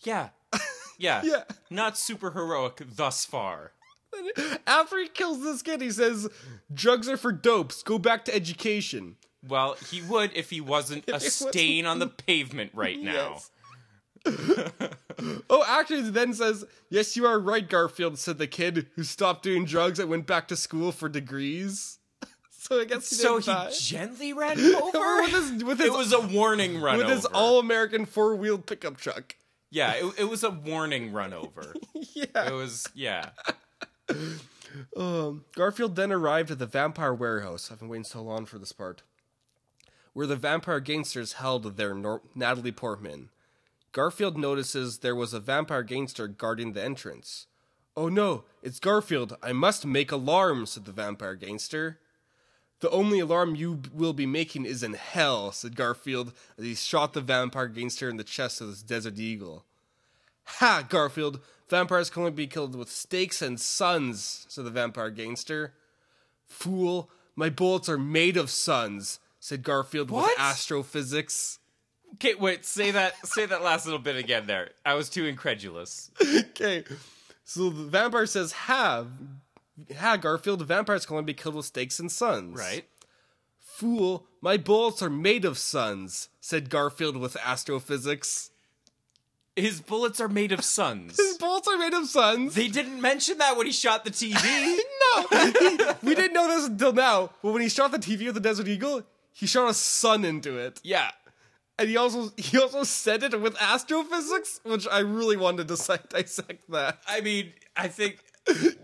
Speaker 1: Yeah. Yeah.
Speaker 2: Yeah.
Speaker 1: Not super heroic thus far.
Speaker 2: After he kills this kid, he says, "Drugs are for dopes. Go back to education."
Speaker 1: Well, he would if he wasn't a
Speaker 2: he wasn't-
Speaker 1: stain on the pavement right now.
Speaker 2: Yes. oh, actually, he then says, "Yes, you are right, Garfield," said the kid who stopped doing drugs and went back to school for degrees. so I guess he
Speaker 1: So
Speaker 2: didn't
Speaker 1: he
Speaker 2: die.
Speaker 1: gently ran him over.
Speaker 2: with his with his,
Speaker 1: it was a warning run
Speaker 2: with
Speaker 1: over.
Speaker 2: his all-American four-wheeled pickup truck.
Speaker 1: yeah, it, it was a warning run over.
Speaker 2: Yeah.
Speaker 1: It was yeah.
Speaker 2: Um, Garfield then arrived at the vampire warehouse. I've been waiting so long for this part. Where the vampire gangsters held their Nor- Natalie Portman. Garfield notices there was a vampire gangster guarding the entrance. Oh no, it's Garfield. I must make alarm, said the vampire gangster. The only alarm you b- will be making is in hell, said Garfield as he shot the vampire gangster in the chest with his desert eagle. Ha, Garfield! Vampires can only be killed with stakes and suns, said the vampire gangster. Fool, my bullets are made of suns, said Garfield
Speaker 1: What?
Speaker 2: with astrophysics.
Speaker 1: Okay, wait. Say that. Say that last little bit again. There, I was too incredulous.
Speaker 2: Okay. So the vampire says, Ha, ha, Garfield, vampires can only be killed with stakes and suns.
Speaker 1: Right.
Speaker 2: Fool, my bullets are made of suns, said Garfield with astrophysics.
Speaker 1: His bullets are made of suns.
Speaker 2: His bullets are made of suns.
Speaker 1: They didn't mention that when he shot the TV.
Speaker 2: no! we didn't know this until now, but when he shot the TV with the Desert Eagle, he shot a sun into it.
Speaker 1: yeah.
Speaker 2: And he also he also said it with astrophysics, which I really wanted to dissect, dissect that.
Speaker 1: I mean, I think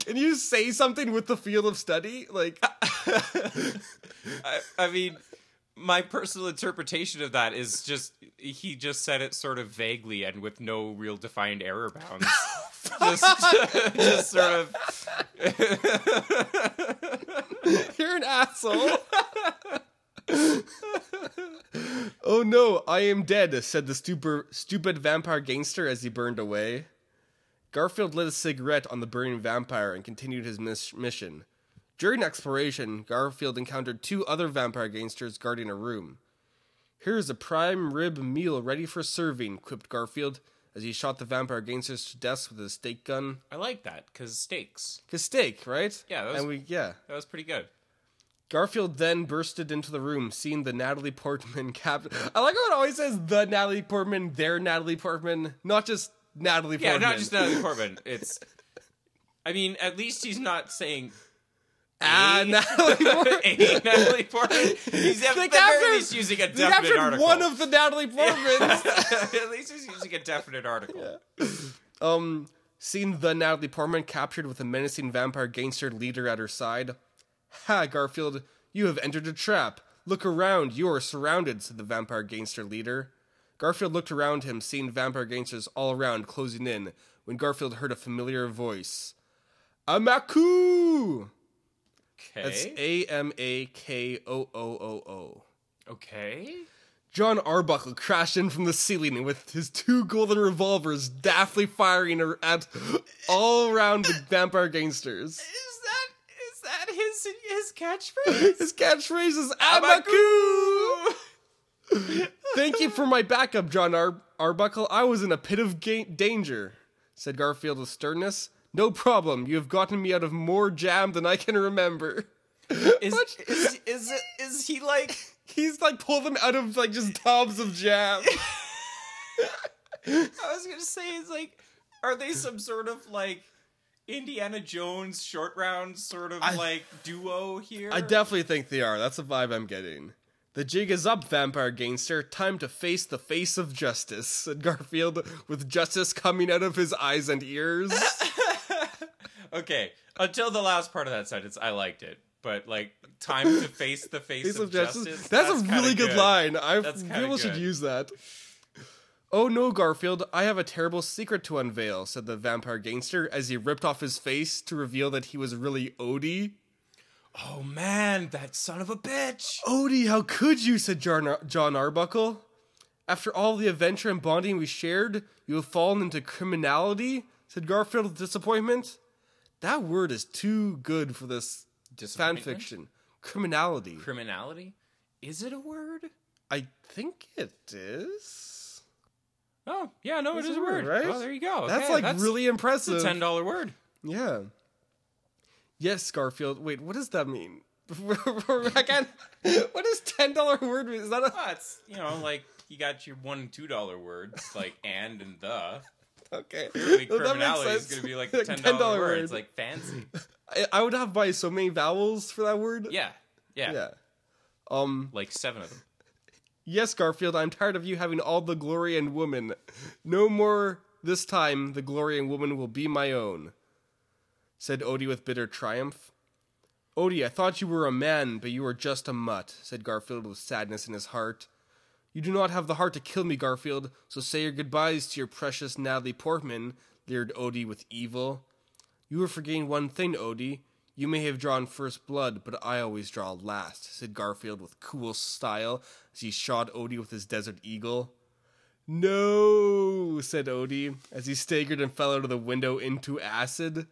Speaker 2: Can you say something with the field of study? Like
Speaker 1: I, I mean, my personal interpretation of that is just he just said it sort of vaguely and with no real defined error bounds. just, just sort of.
Speaker 2: You're an asshole. oh no, I am dead, said the stupid, stupid vampire gangster as he burned away. Garfield lit a cigarette on the burning vampire and continued his mis- mission. During exploration, Garfield encountered two other vampire gangsters guarding a room. Here is a prime rib meal ready for serving, quipped Garfield as he shot the vampire gangsters to death with his steak gun.
Speaker 1: I like that because stakes.
Speaker 2: His steak, right?
Speaker 1: Yeah, that was-
Speaker 2: and we yeah.
Speaker 1: That was pretty good.
Speaker 2: Garfield then bursted into the room, seeing the Natalie Portman captain. I like how it always says the Natalie Portman, their Natalie Portman, not just Natalie
Speaker 1: Yeah,
Speaker 2: Portman.
Speaker 1: not just Natalie Portman. It's. I mean, at least he's not saying
Speaker 2: Ah, Natalie Portman.
Speaker 1: a Natalie Portman. He's at the very
Speaker 2: They captured-
Speaker 1: least using a
Speaker 2: They
Speaker 1: definite
Speaker 2: captured
Speaker 1: article.
Speaker 2: one of the Natalie Portmans.
Speaker 1: at least he's using a definite article.
Speaker 2: um, seeing the Natalie Portman captured with a menacing vampire gangster leader at her side. Ha, Garfield, you have entered a trap. Look around, you are surrounded, said the vampire gangster leader. Garfield looked around him, seeing vampire gangsters all around closing in, when Garfield heard a familiar voice. Amaku! That's
Speaker 1: Okay.
Speaker 2: A M A K O O O O.
Speaker 1: Okay.
Speaker 2: John Arbuckle crashed in from the ceiling with his two golden revolvers daftly firing ar- at all round the vampire gangsters.
Speaker 1: Is that is that his his catchphrase?
Speaker 2: His catchphrase is Abaku! Thank you for my backup, John Ar- Arbuckle. I was in a pit of ga- danger, said Garfield with sternness. No problem. You have gotten me out of more jam than I can remember.
Speaker 1: Is, is is it is he like
Speaker 2: He's like pulled them out of like just tubs of jam.
Speaker 1: I was gonna say is like are they some sort of like Indiana Jones short round sort of like duo here?
Speaker 2: I definitely think they are. That's the vibe I'm getting. The jig is up, vampire gangster. Time to face the face of justice, said Garfield, with justice coming out of his eyes and ears.
Speaker 1: okay. Until the last part of that sentence, I liked it. But like time to face the face,
Speaker 2: face
Speaker 1: of, justice.
Speaker 2: That's, a
Speaker 1: kinda
Speaker 2: really good, line. I
Speaker 1: That's kinda
Speaker 2: people should
Speaker 1: good.
Speaker 2: use that. Oh no, Garfield, I have a terrible secret to unveil, said the vampire gangster as he ripped off his face to reveal that he was really Odie.
Speaker 1: Oh man, that son of a bitch.
Speaker 2: Odie, how could you? said John, John Arbuckle. After all the adventure and bonding we shared, you have fallen into criminality? said Garfield with disappointment. That word is too good for this fan
Speaker 1: Disappointment?
Speaker 2: fiction. Criminality.
Speaker 1: Criminality? Is it a word?
Speaker 2: I think it is.
Speaker 1: Oh, yeah, no,
Speaker 2: It's
Speaker 1: it is
Speaker 2: a
Speaker 1: a word.
Speaker 2: word, right?
Speaker 1: Oh, there you go.
Speaker 2: That's
Speaker 1: Okay,
Speaker 2: like
Speaker 1: that's,
Speaker 2: really impressive.
Speaker 1: It's a ten dollar word.
Speaker 2: Yeah. Yes, Garfield. Wait, what does that mean? I can't. What is ten dollar word? mean? Is that a
Speaker 1: That's you know like you got your one and two dollar words like and and the.
Speaker 2: okay?
Speaker 1: Like,
Speaker 2: Well, that makes
Speaker 1: criminality is
Speaker 2: sense.
Speaker 1: going to be like ten dollar word. It's like fancy.
Speaker 2: I, I would have by so many vowels for that word.
Speaker 1: Yeah, yeah,
Speaker 2: Yeah. Um.
Speaker 1: Like seven of them.
Speaker 2: Yes, Garfield. I'm tired of you having all the glory and woman. No more. This time, the glory and woman will be my own," said Odie with bitter triumph. Odie, I thought you were a man, but you are just a mutt," said Garfield with sadness in his heart. You do not have the heart to kill me, Garfield, so say your goodbyes to your precious Natalie Portman, leered Odie with evil. You were forgetting one thing, Odie. You may have drawn first blood, but I always draw last, said Garfield with cool style as he shot Odie with his desert eagle. No, said Odie as he staggered and fell out of the window into acid.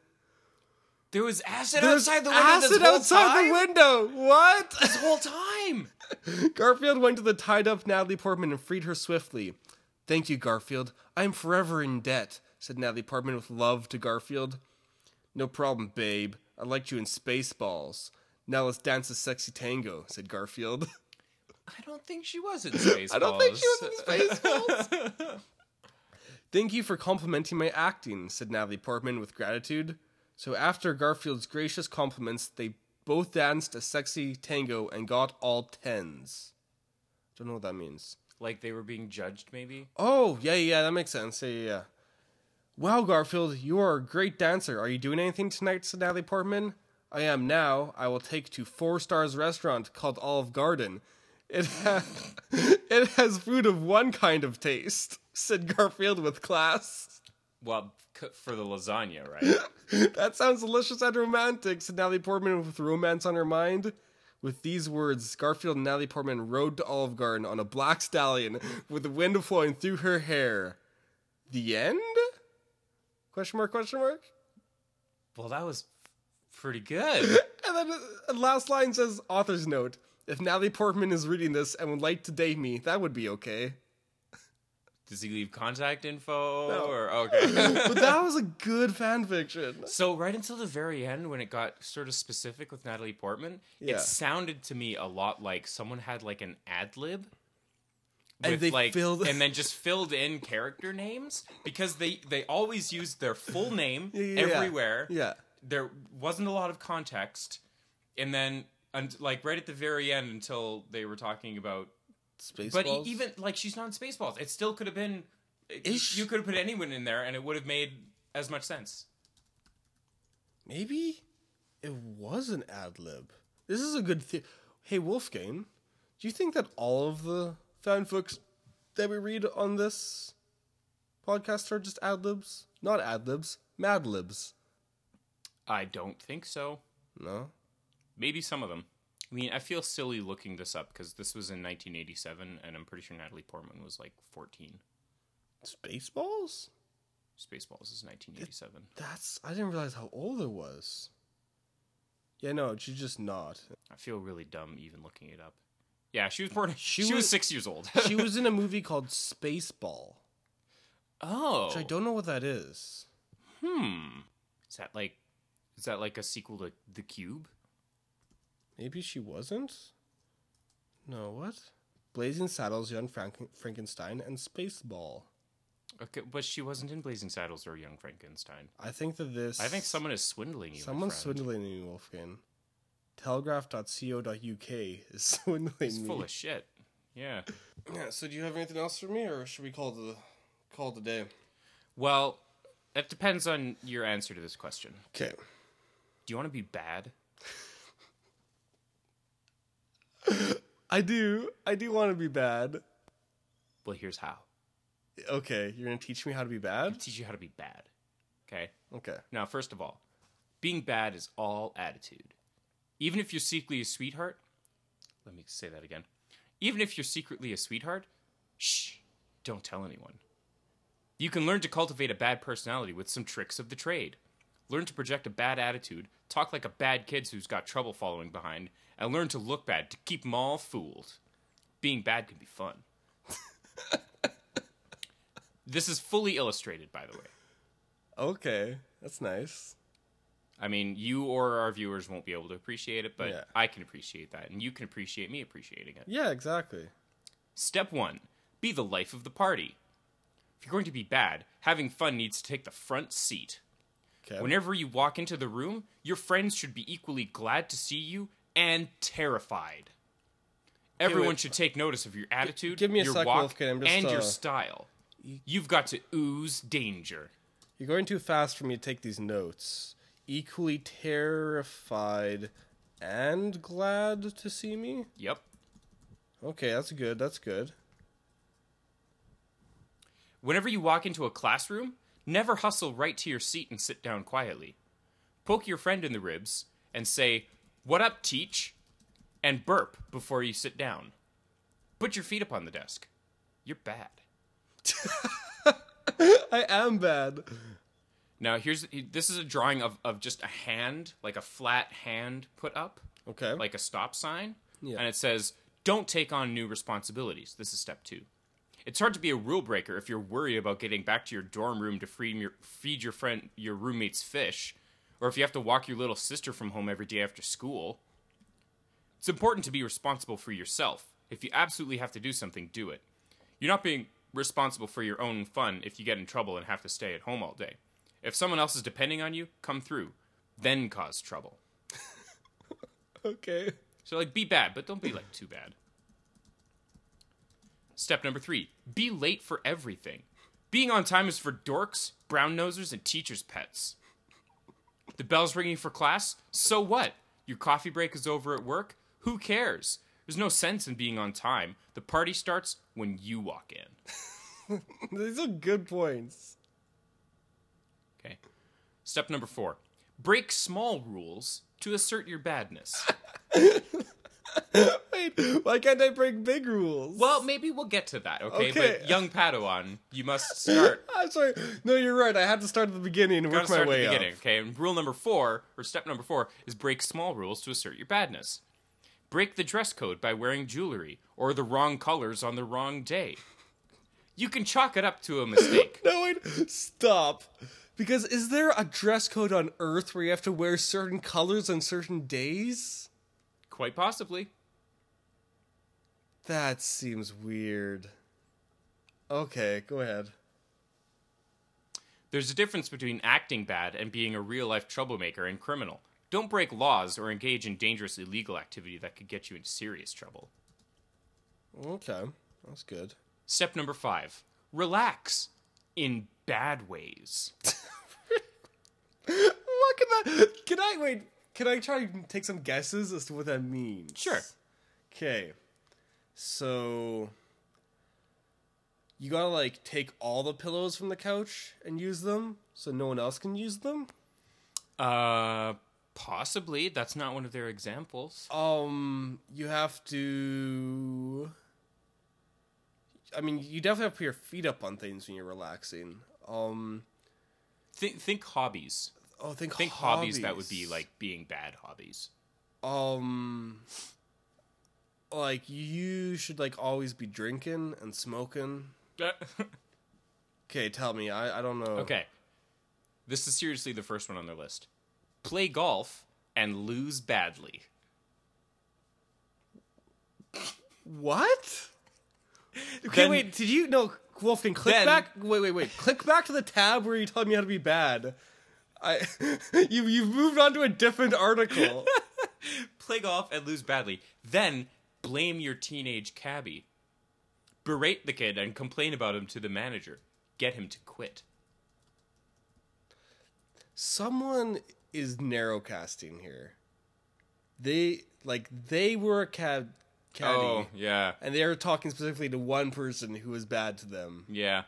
Speaker 1: There was acid
Speaker 2: There's
Speaker 1: outside the window.
Speaker 2: acid
Speaker 1: this whole
Speaker 2: outside
Speaker 1: time?
Speaker 2: the window. What?
Speaker 1: This whole time.
Speaker 2: Garfield went to the tied up Natalie Portman and freed her swiftly. Thank you, Garfield. I am forever in debt, said Natalie Portman with love to Garfield. No problem, babe. I liked you in Spaceballs. Now let's dance a sexy tango, said Garfield.
Speaker 1: I don't think she was in space.
Speaker 2: I don't think she was in Spaceballs. Thank you for complimenting my acting, said Natalie Portman with gratitude. So after Garfield's gracious compliments, they both danced a sexy tango and got all tens. Don't know what that means.
Speaker 1: like they were being judged. Maybe
Speaker 2: Oh, yeah, yeah, that makes sense. Yeah, yeah, yeah. Wow, Garfield, you are a great dancer. Are you doing anything tonight? said Natalie Portman. I am now. I will take to Four Stars Restaurant called Olive Garden. It, ha- it has food of one kind of taste, said Garfield with class.
Speaker 1: well c- for the lasagna, right?
Speaker 2: That sounds delicious and romantic, said Natalie Portman with romance on her mind. With these words, Garfield and Natalie Portman rode to Olive Garden on a black stallion with the wind flowing through her hair. The end? Question mark, question mark?
Speaker 1: well, that was pretty good.
Speaker 2: And then uh, last line says author's note. If Natalie Portman is reading this and would like to date me, that would be okay.
Speaker 1: Does he leave contact info?
Speaker 2: No.
Speaker 1: Or okay.
Speaker 2: But that was a good fan fiction.
Speaker 1: So right until the very end, when it got sort of specific with Natalie Portman,
Speaker 2: Yeah.
Speaker 1: it sounded to me a lot like someone had like an ad lib,
Speaker 2: And
Speaker 1: with,
Speaker 2: they
Speaker 1: like,
Speaker 2: filled-
Speaker 1: and then just filled in character names because they they always used their full name
Speaker 2: yeah, yeah.
Speaker 1: everywhere.
Speaker 2: Yeah.
Speaker 1: There wasn't a lot of context, and then and like right at the very end until they were talking about.
Speaker 2: Spaceballs.
Speaker 1: But e- even like she's not in Spaceballs. It still could have been.
Speaker 2: Ish.
Speaker 1: You could have put anyone in there, and it would have made as much sense.
Speaker 2: Maybe it was an ad lib. This is a good thing. Hey, Wolfgang, do you think that all of the fanfics that we read on this podcast are just ad libs? Not ad libs, mad libs.
Speaker 1: I don't think so.
Speaker 2: No?
Speaker 1: Maybe some of them. I mean, I feel silly looking this up because this was in 1987, and I'm pretty sure Natalie Portman was like 14.
Speaker 2: Spaceballs?
Speaker 1: Spaceballs is 1987.
Speaker 2: That's. I didn't realize how old it was. Yeah, no, she's just not.
Speaker 1: I feel really dumb even looking it up. Yeah, she was born. She,
Speaker 2: was-
Speaker 1: was six years old.
Speaker 2: She was in a movie called Spaceball,
Speaker 1: oh,
Speaker 2: which I don't know what that is.
Speaker 1: hmm. Is that like, is that like a sequel to The Cube?
Speaker 2: Maybe she wasn't. No, what? Blazing Saddles, Young Franken- Frankenstein, and Spaceball.
Speaker 1: Okay, but she wasn't in Blazing Saddles or Young Frankenstein.
Speaker 2: I think that this.
Speaker 1: I think someone is swindling you. my
Speaker 2: someone's
Speaker 1: friend.
Speaker 2: swindling you, Wolfgang. Telegraph.co.uk is swindling
Speaker 1: It's
Speaker 2: me.
Speaker 1: full of shit. Yeah.
Speaker 2: Yeah, so do you have anything else for me, or should we call the call the day?
Speaker 1: Well, that depends on your answer to this question.
Speaker 2: Okay.
Speaker 1: Do you want to be bad?
Speaker 2: I do. I do want to be bad.
Speaker 1: Well, here's how.
Speaker 2: Okay, you're gonna teach me how to be bad.
Speaker 1: teach you how to be bad. Okay?
Speaker 2: Okay.
Speaker 1: Now, first of all, being bad is all attitude. Even if you're secretly a sweetheart, let me say that again. Even if you're secretly a sweetheart, shh, don't tell anyone. You can learn to cultivate a bad personality with some tricks of the trade. Learn to project a bad attitude, talk like a bad kid who's got trouble following behind, and learn to look bad to keep 'em all fooled. Being bad can be fun. This is fully illustrated, by the way.
Speaker 2: Okay, that's nice.
Speaker 1: I mean, you or our viewers won't be able to appreciate it, but
Speaker 2: Yeah.
Speaker 1: I can appreciate that, and you can appreciate me appreciating it.
Speaker 2: Yeah, exactly.
Speaker 1: Step one be the life of the party. If you're going to be bad, having fun needs to take the front seat.
Speaker 2: Okay.
Speaker 1: Whenever you walk into the room, your friends should be equally glad to see you and terrified. Everyone
Speaker 2: wait.
Speaker 1: should take notice of your attitude,
Speaker 2: give me a
Speaker 1: your
Speaker 2: sec,
Speaker 1: walk,
Speaker 2: Wolfgang, I'm just,
Speaker 1: and your
Speaker 2: uh,
Speaker 1: style. You've got to ooze danger.
Speaker 2: You're going too fast for me to take these notes. Equally terrified and glad to see me?
Speaker 1: Yep.
Speaker 2: Okay, that's good. That's good.
Speaker 1: Whenever you walk into a classroom, never hustle right to your seat and sit down quietly. Poke your friend in the ribs and say, What up, teach? and burp before you sit down. Put your feet up on the desk. You're bad.
Speaker 2: I am bad.
Speaker 1: Now, here's this is a drawing of, of just a hand, like a flat hand put up,
Speaker 2: Okay.
Speaker 1: like a stop sign.
Speaker 2: Yeah.
Speaker 1: And it says, Don't take on new responsibilities. This is step two. It's hard to be a rule breaker if you're worried about getting back to your dorm room to feed your, feed your friend your roommate's fish, or if you have to walk your little sister from home every day after school. It's important to be responsible for yourself. If you absolutely have to do something, do it. You're not being responsible for your own fun if you get in trouble and have to stay at home all day. If someone else is depending on you, come through, then cause trouble.
Speaker 2: okay.
Speaker 1: So like be bad, but don't be like too bad. Step number three, be late for everything. Being on time is for dorks, brown nosers, and teachers' pets. The bell's ringing for class, so what? Your coffee break is over at work? Who cares? There's no sense in being on time. The party starts when you walk in.
Speaker 2: These are good points.
Speaker 1: Okay. Step number four break small rules to assert your badness.
Speaker 2: Wait, why can't I break big rules?
Speaker 1: well, maybe we'll get to that, okay?
Speaker 2: Okay.
Speaker 1: But young Padawan, you must start
Speaker 2: I'm sorry. No, you're right. I had to start at the beginning and
Speaker 1: gotta
Speaker 2: work my
Speaker 1: start at the
Speaker 2: way up.
Speaker 1: beginning. Okay, and rule number four, or step number four, is break small rules to assert your badness. Break the dress code by wearing jewelry or the wrong colors on the wrong day. You can chalk it up to a mistake.
Speaker 2: No, wait. Stop. Because is there a dress code on Earth where you have to wear certain colors on certain days?
Speaker 1: Quite possibly.
Speaker 2: That seems weird. Okay, go ahead.
Speaker 1: There's a difference between acting bad and being a real life troublemaker and criminal. Don't break laws or engage in dangerous illegal activity that could get you into serious trouble.
Speaker 2: Okay, that's good.
Speaker 1: Step number five relax in bad ways.
Speaker 2: What can that? Can I wait? Can I try and take some guesses as to what that means?
Speaker 1: Sure.
Speaker 2: Okay, so you gotta like take all the pillows from the couch and use them so no one else can use them.
Speaker 1: Uh, possibly. That's not one of their examples.
Speaker 2: Um, you have to. I mean, you definitely have to put your feet up on things when you're relaxing. Um,
Speaker 1: Think, think hobbies.
Speaker 2: oh, think
Speaker 1: Think
Speaker 2: hobbies.
Speaker 1: hobbies. that would be like being bad hobbies.
Speaker 2: um, like you should like always be drinking and smoking. Okay, tell me, I I don't know.
Speaker 1: Oh. okay. This is seriously the first one on their list. Play golf and lose badly.
Speaker 2: what? Okay,
Speaker 1: Then-
Speaker 2: wait. Did you no Wolfgang? Click
Speaker 1: Then-
Speaker 2: back. Wait, wait, wait. click back to the tab where you told me how to be bad. I you you've moved on to a different article.
Speaker 1: Play golf and lose badly. Then blame your teenage cabbie. Berate the kid and complain about him to the manager. Get him to quit.
Speaker 2: someone is narrowcasting here. They like they were a cab caddy,
Speaker 1: Oh, yeah.
Speaker 2: and they were talking specifically to one person who was bad to them.
Speaker 1: Yeah.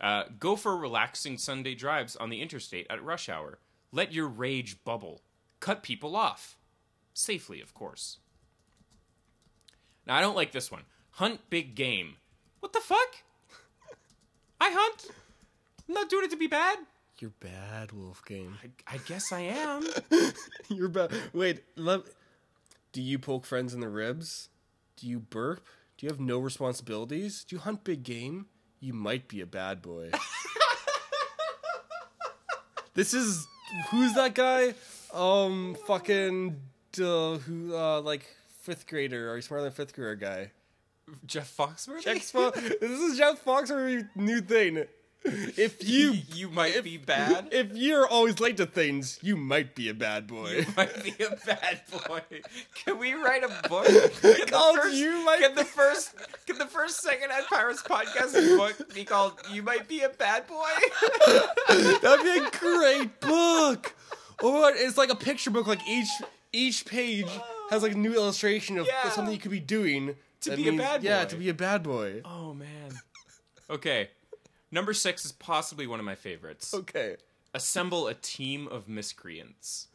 Speaker 1: Uh, go for relaxing Sunday drives on the interstate at rush hour. Let your rage bubble. Cut people off. Safely, of course. Now, I don't like this one. Hunt big game. What the fuck? I hunt? I'm not doing it to be bad.
Speaker 2: You're bad, Wolfgang.
Speaker 1: I guess I am.
Speaker 2: You're bad. Wait, love. Do you poke friends in the ribs? Do you burp? Do you have no responsibilities? Do you hunt big game? you might be a bad boy. this is who's that guy? Um, fucking uh, who uh like fifth grader or smarter than fifth grader guy.
Speaker 1: Jeff Foxworthy.
Speaker 2: Jack Spa- this is Jeff Foxworthy's new thing. If you
Speaker 1: you might be bad.
Speaker 2: if you're always late to things, you might be a bad boy.
Speaker 1: might be a bad boy. Can we write a book? Can
Speaker 2: Called You Might
Speaker 1: Can the first Can the first Second Hand Pirates podcast book be called "You Might Be a Bad Boy"?
Speaker 2: That'd be a great book. Or it's like a picture book. Like each each page has like a new illustration of
Speaker 1: Yeah.
Speaker 2: something you could be doing to
Speaker 1: be a bad
Speaker 2: Yeah,
Speaker 1: boy.
Speaker 2: to be a bad boy.
Speaker 1: Oh man. Okay. Number six is possibly one of my favorites.
Speaker 2: Okay.
Speaker 1: Assemble a team of miscreants.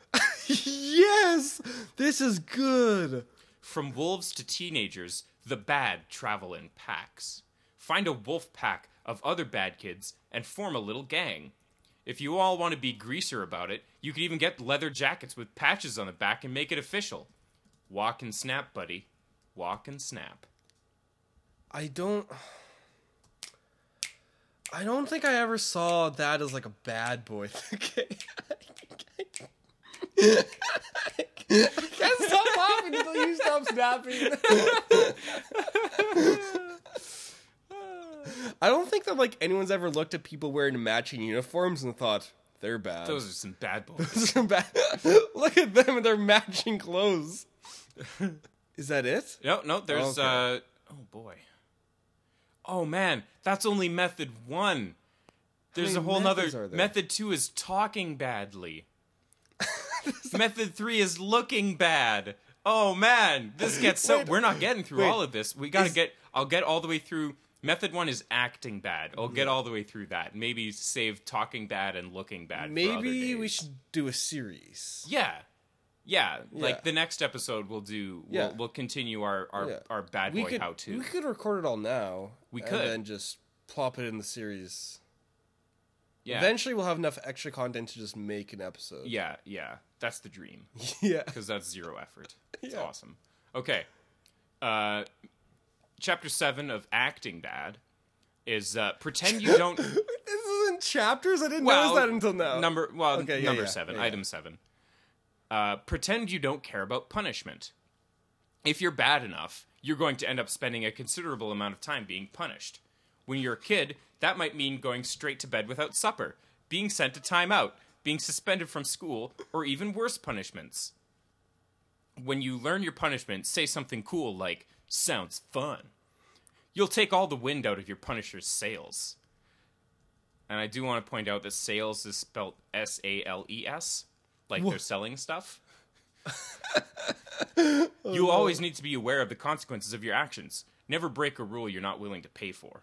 Speaker 2: Yes, this is good.
Speaker 1: From wolves to teenagers, the bad travel in packs. Find a wolf pack of other bad kids and form a little gang. If you all want to be greaser about it, you could even get leather jackets with patches on the back and make it official. Walk and snap, buddy. Walk and snap.
Speaker 2: I don't. I don't think I ever saw that as like a bad boy. Okay. Can't stop laughing until you stop snapping. I don't think that like anyone's ever looked at people wearing matching uniforms and thought they're bad.
Speaker 1: Those are some bad boys.
Speaker 2: Those are bad. Look at them and their matching clothes. Is that it?
Speaker 1: no, no, there's,
Speaker 2: Okay.
Speaker 1: uh. Oh boy. Oh man, that's only method one. There's a
Speaker 2: many
Speaker 1: whole
Speaker 2: methods
Speaker 1: nother.
Speaker 2: are there?
Speaker 1: Method two is talking badly. method three is looking bad. Oh man, this gets so. we're not getting through all of this. We gotta
Speaker 2: Is-
Speaker 1: get. I'll get all the way through. Method one is acting bad. I'll get
Speaker 2: Mm-hmm.
Speaker 1: all the way through that. Maybe save talking bad and looking bad. for other
Speaker 2: Maybe we
Speaker 1: days.
Speaker 2: should do a series.
Speaker 1: Yeah. Yeah,
Speaker 2: Yeah.
Speaker 1: like the next episode we'll do we'll,
Speaker 2: Yeah.
Speaker 1: we'll continue our our,
Speaker 2: Yeah.
Speaker 1: our bad
Speaker 2: we
Speaker 1: boy
Speaker 2: could,
Speaker 1: how to.
Speaker 2: We could record it all now.
Speaker 1: We
Speaker 2: and
Speaker 1: could.
Speaker 2: then just plop it in the series.
Speaker 1: yeah.
Speaker 2: Eventually, we'll have enough extra content to just make an episode.
Speaker 1: yeah, yeah. That's the dream.
Speaker 2: yeah.
Speaker 1: because that's zero effort. It's
Speaker 2: Yeah.
Speaker 1: awesome. Okay. Uh, chapter seven of acting bad is uh, pretend you don't.
Speaker 2: This is in chapters. I didn't
Speaker 1: well,
Speaker 2: notice that until now.
Speaker 1: Number well,
Speaker 2: Okay, yeah,
Speaker 1: number
Speaker 2: yeah,
Speaker 1: seven,
Speaker 2: yeah, yeah.
Speaker 1: item seven. Uh, pretend you don't care about punishment. If you're bad enough, you're going to end up spending a considerable amount of time being punished. When you're a kid, that might mean going straight to bed without supper, being sent to timeout, being suspended from school, or even worse punishments when you learn your punishment, say something cool like, sounds fun. You'll take all the wind out of your Punisher's sails. And I do want to point out that sales is spelled S A L E S, like they're selling stuff. you always need to be aware of the consequences of your actions. Never break a rule you're not willing to pay for.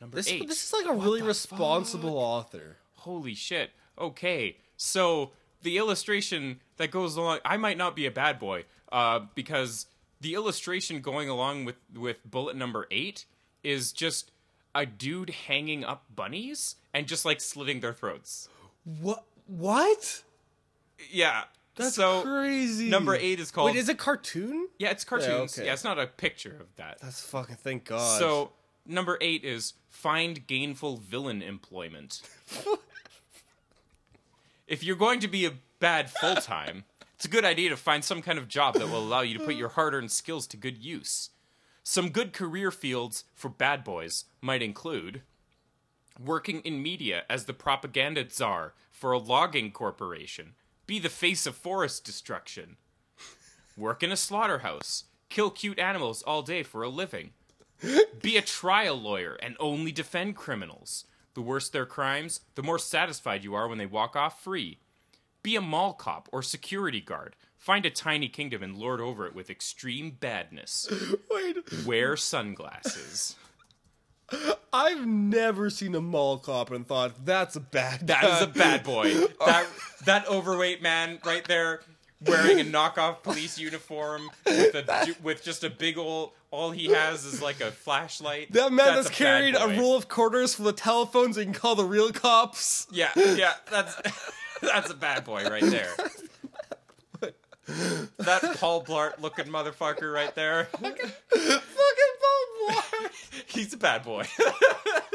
Speaker 1: Number
Speaker 2: This,
Speaker 1: eight.
Speaker 2: this is like a really responsible author.
Speaker 1: Holy shit. Okay. So the illustration that goes along I might not be a bad boy, uh, because the illustration going along with, with bullet number eight is just a dude hanging up bunnies and just like slitting their throats.
Speaker 2: What? What?
Speaker 1: Yeah.
Speaker 2: That's
Speaker 1: so
Speaker 2: crazy.
Speaker 1: number eight is called
Speaker 2: Wait, is it cartoon?
Speaker 1: Yeah, it's cartoons. Yeah,
Speaker 2: okay.
Speaker 1: it's not a picture of that.
Speaker 2: That's fucking thank God.
Speaker 1: So number eight is find gainful villain employment. if you're going to be a bad full time, it's a good idea to find some kind of job that will allow you to put your hard earned skills to good use. Some good career fields for bad boys might include working in media as the propaganda czar for a logging corporation, be the face of forest destruction, work in a slaughterhouse, kill cute animals all day for a living, be a trial lawyer and only defend criminals. The worse their crimes, the more satisfied you are when they walk off free. Be a mall cop or security guard. Find a tiny kingdom and lord over it with extreme badness.
Speaker 2: wait,
Speaker 1: Wear sunglasses.
Speaker 2: I've never seen a mall cop and thought that's a bad.
Speaker 1: That is a bad boy. That that overweight man right there wearing a knockoff police uniform with a ju- with just a big ol' all he has is like a flashlight.
Speaker 2: That man
Speaker 1: That's
Speaker 2: that's,
Speaker 1: a bad
Speaker 2: carried a
Speaker 1: boy.
Speaker 2: roll of quarters for the telephones so you can call the real cops.
Speaker 1: Yeah, yeah, that's that's a bad boy right there. That Paul Blart looking motherfucker right there.
Speaker 2: Fucking Paul What?
Speaker 1: He's a bad boy.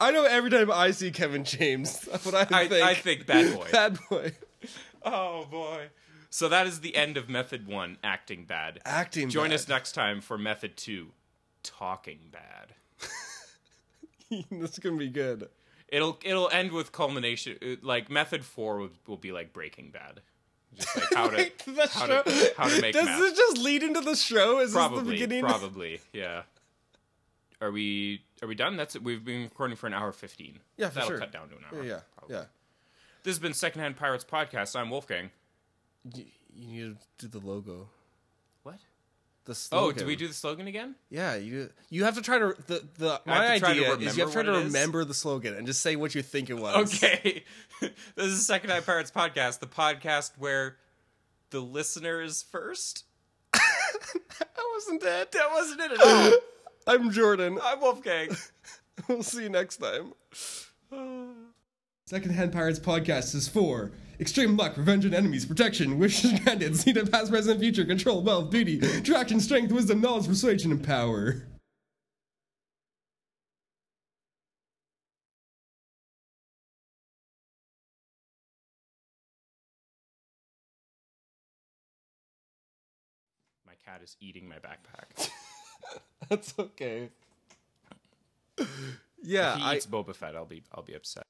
Speaker 2: I know every time I see Kevin James, that's what I,
Speaker 1: I,
Speaker 2: think.
Speaker 1: I think bad boy.
Speaker 2: Bad boy.
Speaker 1: Oh boy. So that is the end of method one, acting bad.
Speaker 2: Acting.
Speaker 1: Join
Speaker 2: bad.
Speaker 1: us next time for method two, talking bad.
Speaker 2: this is gonna be good.
Speaker 1: It'll it'll end with culmination. uh, Like method four will, will be like Breaking Bad, just like how to
Speaker 2: Wait, the
Speaker 1: how
Speaker 2: show.
Speaker 1: to how to make
Speaker 2: Does
Speaker 1: math.
Speaker 2: this just lead into the show? Is
Speaker 1: probably
Speaker 2: this the beginning?
Speaker 1: probably yeah. Are we are we done? That's it. We've been recording for an hour fifteen.
Speaker 2: Yeah, for
Speaker 1: that'll
Speaker 2: sure.
Speaker 1: cut down to an
Speaker 2: Yeah,
Speaker 1: hour.
Speaker 2: yeah,
Speaker 1: probably.
Speaker 2: yeah.
Speaker 1: This has been Secondhand Pirates podcast. I'm Wolfgang.
Speaker 2: You, you need to do the logo.
Speaker 1: What?
Speaker 2: The
Speaker 1: Oh,
Speaker 2: slogan.
Speaker 1: did we do the slogan again?
Speaker 2: Yeah, you you have to try to the the
Speaker 1: I have
Speaker 2: my
Speaker 1: to try to
Speaker 2: idea is you have
Speaker 1: remember
Speaker 2: to try to
Speaker 1: what it is?
Speaker 2: remember the slogan and just say what you think it was.
Speaker 1: Okay. this is Second Eye Pirates podcast, the podcast where the listener is first.
Speaker 2: I wasn't dead.
Speaker 1: That wasn't it at all.
Speaker 2: I'm Jordan.
Speaker 1: I'm Wolfgang.
Speaker 2: We'll see you next time. Secondhand Pirates Podcast is for extreme luck, revenge on enemies, protection, wishes granted, seed of past, present, future, control, wealth, beauty, attraction, strength, wisdom, knowledge, persuasion, and power.
Speaker 1: My cat is eating my backpack.
Speaker 2: That's okay. Yeah,
Speaker 1: If he
Speaker 2: I,
Speaker 1: eats Boba Fett, I'll be I'll be upset.